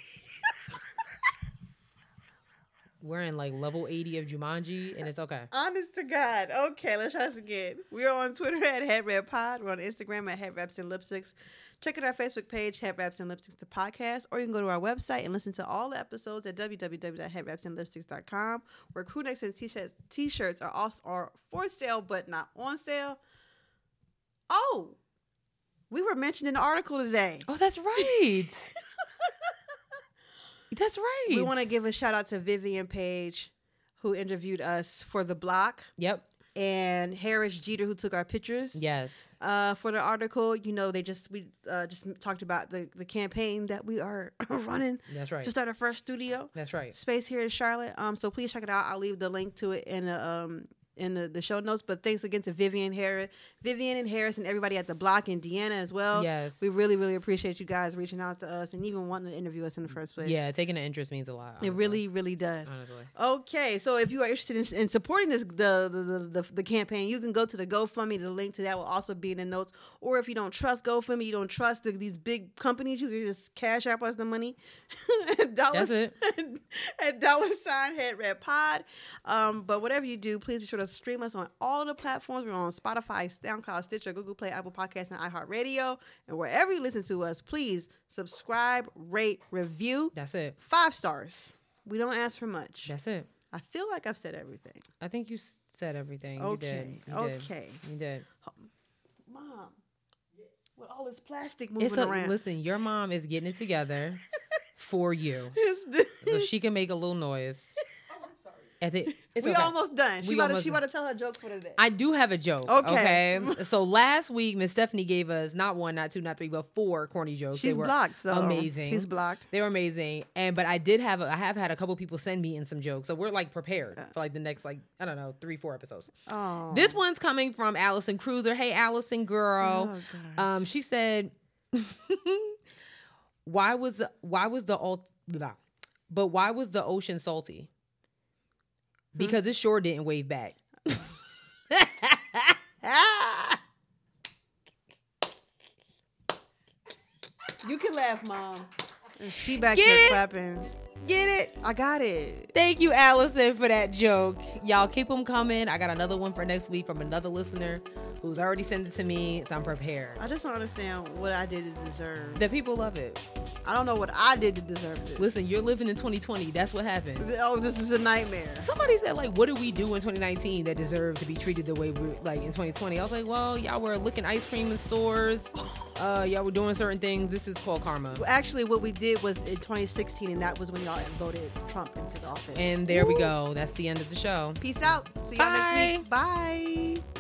Speaker 1: we're in like level eighty of Jumanji, and it's okay.
Speaker 2: Honest to God. Okay, let's try this again. We're on Twitter at Head Rep Pod. We're on Instagram at Head Reps and Lipsticks. Check out our Facebook page, Head Reps and Lipsticks, the podcast, or you can go to our website and listen to all the episodes at www.headrepsandlipsticks.com, where crew necks and t-shirts, t-shirts are also are for sale but not on sale. Oh, we were mentioned in an article today.
Speaker 1: Oh, that's
Speaker 2: (laughs)
Speaker 1: right. that's right.
Speaker 2: We want to give a shout out to Vivian Page, who interviewed us for The Block,
Speaker 1: Yep.
Speaker 2: and Harris Jeter, who took our pictures.
Speaker 1: Yes.
Speaker 2: uh, for the article. You know, they just we uh, just talked about the the campaign that we are (laughs) running
Speaker 1: That's right.
Speaker 2: just at our first studio
Speaker 1: that's right.
Speaker 2: space here in Charlotte. Um, so please check it out. I'll leave the link to it in the um in the, the show notes. But thanks again to Vivian Harris, Vivian and Harris, and everybody at the block in Deanna as well.
Speaker 1: Yes.
Speaker 2: we really really appreciate you guys reaching out to us and even wanting to interview us in the first place.
Speaker 1: Yeah, taking an interest means a lot.
Speaker 2: it
Speaker 1: honestly.
Speaker 2: really really does.
Speaker 1: honestly.
Speaker 2: Okay, so if you are interested in, in supporting this the the, the the the campaign, you can go to the GoFundMe. The link to that will also be in the notes. Or if you don't trust GoFundMe, you don't trust the, these big companies, you can just cash app us the money. (laughs) dollar,
Speaker 1: That's it.
Speaker 2: (laughs) at dollar sign head red pod. Um, but whatever you do, please be sure to stream us on all of the platforms. We're on Spotify, SoundCloud, Stitcher, Google Play, Apple Podcasts, and iHeartRadio. And wherever you listen to us, please subscribe, rate, review
Speaker 1: That's it.
Speaker 2: five stars. We don't ask for much.
Speaker 1: That's it.
Speaker 2: I feel like I've said everything.
Speaker 1: I think you said everything.
Speaker 2: Okay.
Speaker 1: You did. You did.
Speaker 2: okay.
Speaker 1: You did.
Speaker 2: Mom. With all this plastic moving
Speaker 1: It's a,
Speaker 2: around.
Speaker 1: listen. Your mom is getting it together for you,
Speaker 2: (laughs) It's been-
Speaker 1: so she can make a little noise. At the, it's
Speaker 2: (laughs) we
Speaker 1: okay.
Speaker 2: almost done. She
Speaker 1: We
Speaker 2: about, to,
Speaker 1: almost
Speaker 2: she about
Speaker 1: done.
Speaker 2: to tell her joke for today.
Speaker 1: I do have a joke.
Speaker 2: Okay.
Speaker 1: Okay.
Speaker 2: (laughs)
Speaker 1: So last week, Miss Stephanie gave us not one, not two, not three, but four corny jokes.
Speaker 2: she's
Speaker 1: They were
Speaker 2: blocked. So
Speaker 1: amazing.
Speaker 2: She's blocked.
Speaker 1: They were amazing, and but I did have a, I have had a couple people send me in some jokes, so we're like prepared
Speaker 2: Uh.
Speaker 1: for like the next like I don't know three four episodes.
Speaker 2: Oh.
Speaker 1: This one's coming from Allison Cruiser. Hey, Allison girl,
Speaker 2: Oh, gosh.
Speaker 1: um, she said, (laughs) why was why was the alt blah, but why was the ocean salty?
Speaker 2: Hmm?
Speaker 1: Because it sure didn't wave
Speaker 2: (laughs)
Speaker 1: back.
Speaker 2: Ah! You can laugh, mom. And she back
Speaker 1: Get
Speaker 2: here
Speaker 1: it?
Speaker 2: clapping.
Speaker 1: Get it?
Speaker 2: I got it.
Speaker 1: Thank you, Allison, for that joke. Y'all keep them coming. I got another one for next week from another listener who's already sent it to me. So I'm prepared.
Speaker 2: I just don't understand what I did to deserve.
Speaker 1: The people love it.
Speaker 2: I don't know what I did to deserve this.
Speaker 1: Listen, you're living in 2020. That's what happened.
Speaker 2: Oh, this is a nightmare.
Speaker 1: Somebody said, like, what did we do in 2019 that deserved to be treated the way we like in 2020? I was like, well, y'all were licking ice cream in stores. Uh, y'all were doing certain things. This is called karma.
Speaker 2: Actually, what we did was in 2016, and that was when y'all voted Trump into the office.
Speaker 1: And there we
Speaker 2: Woo.
Speaker 1: go. That's the end of the show.
Speaker 2: Peace out. See y'all next
Speaker 1: Bye.
Speaker 2: week. Bye.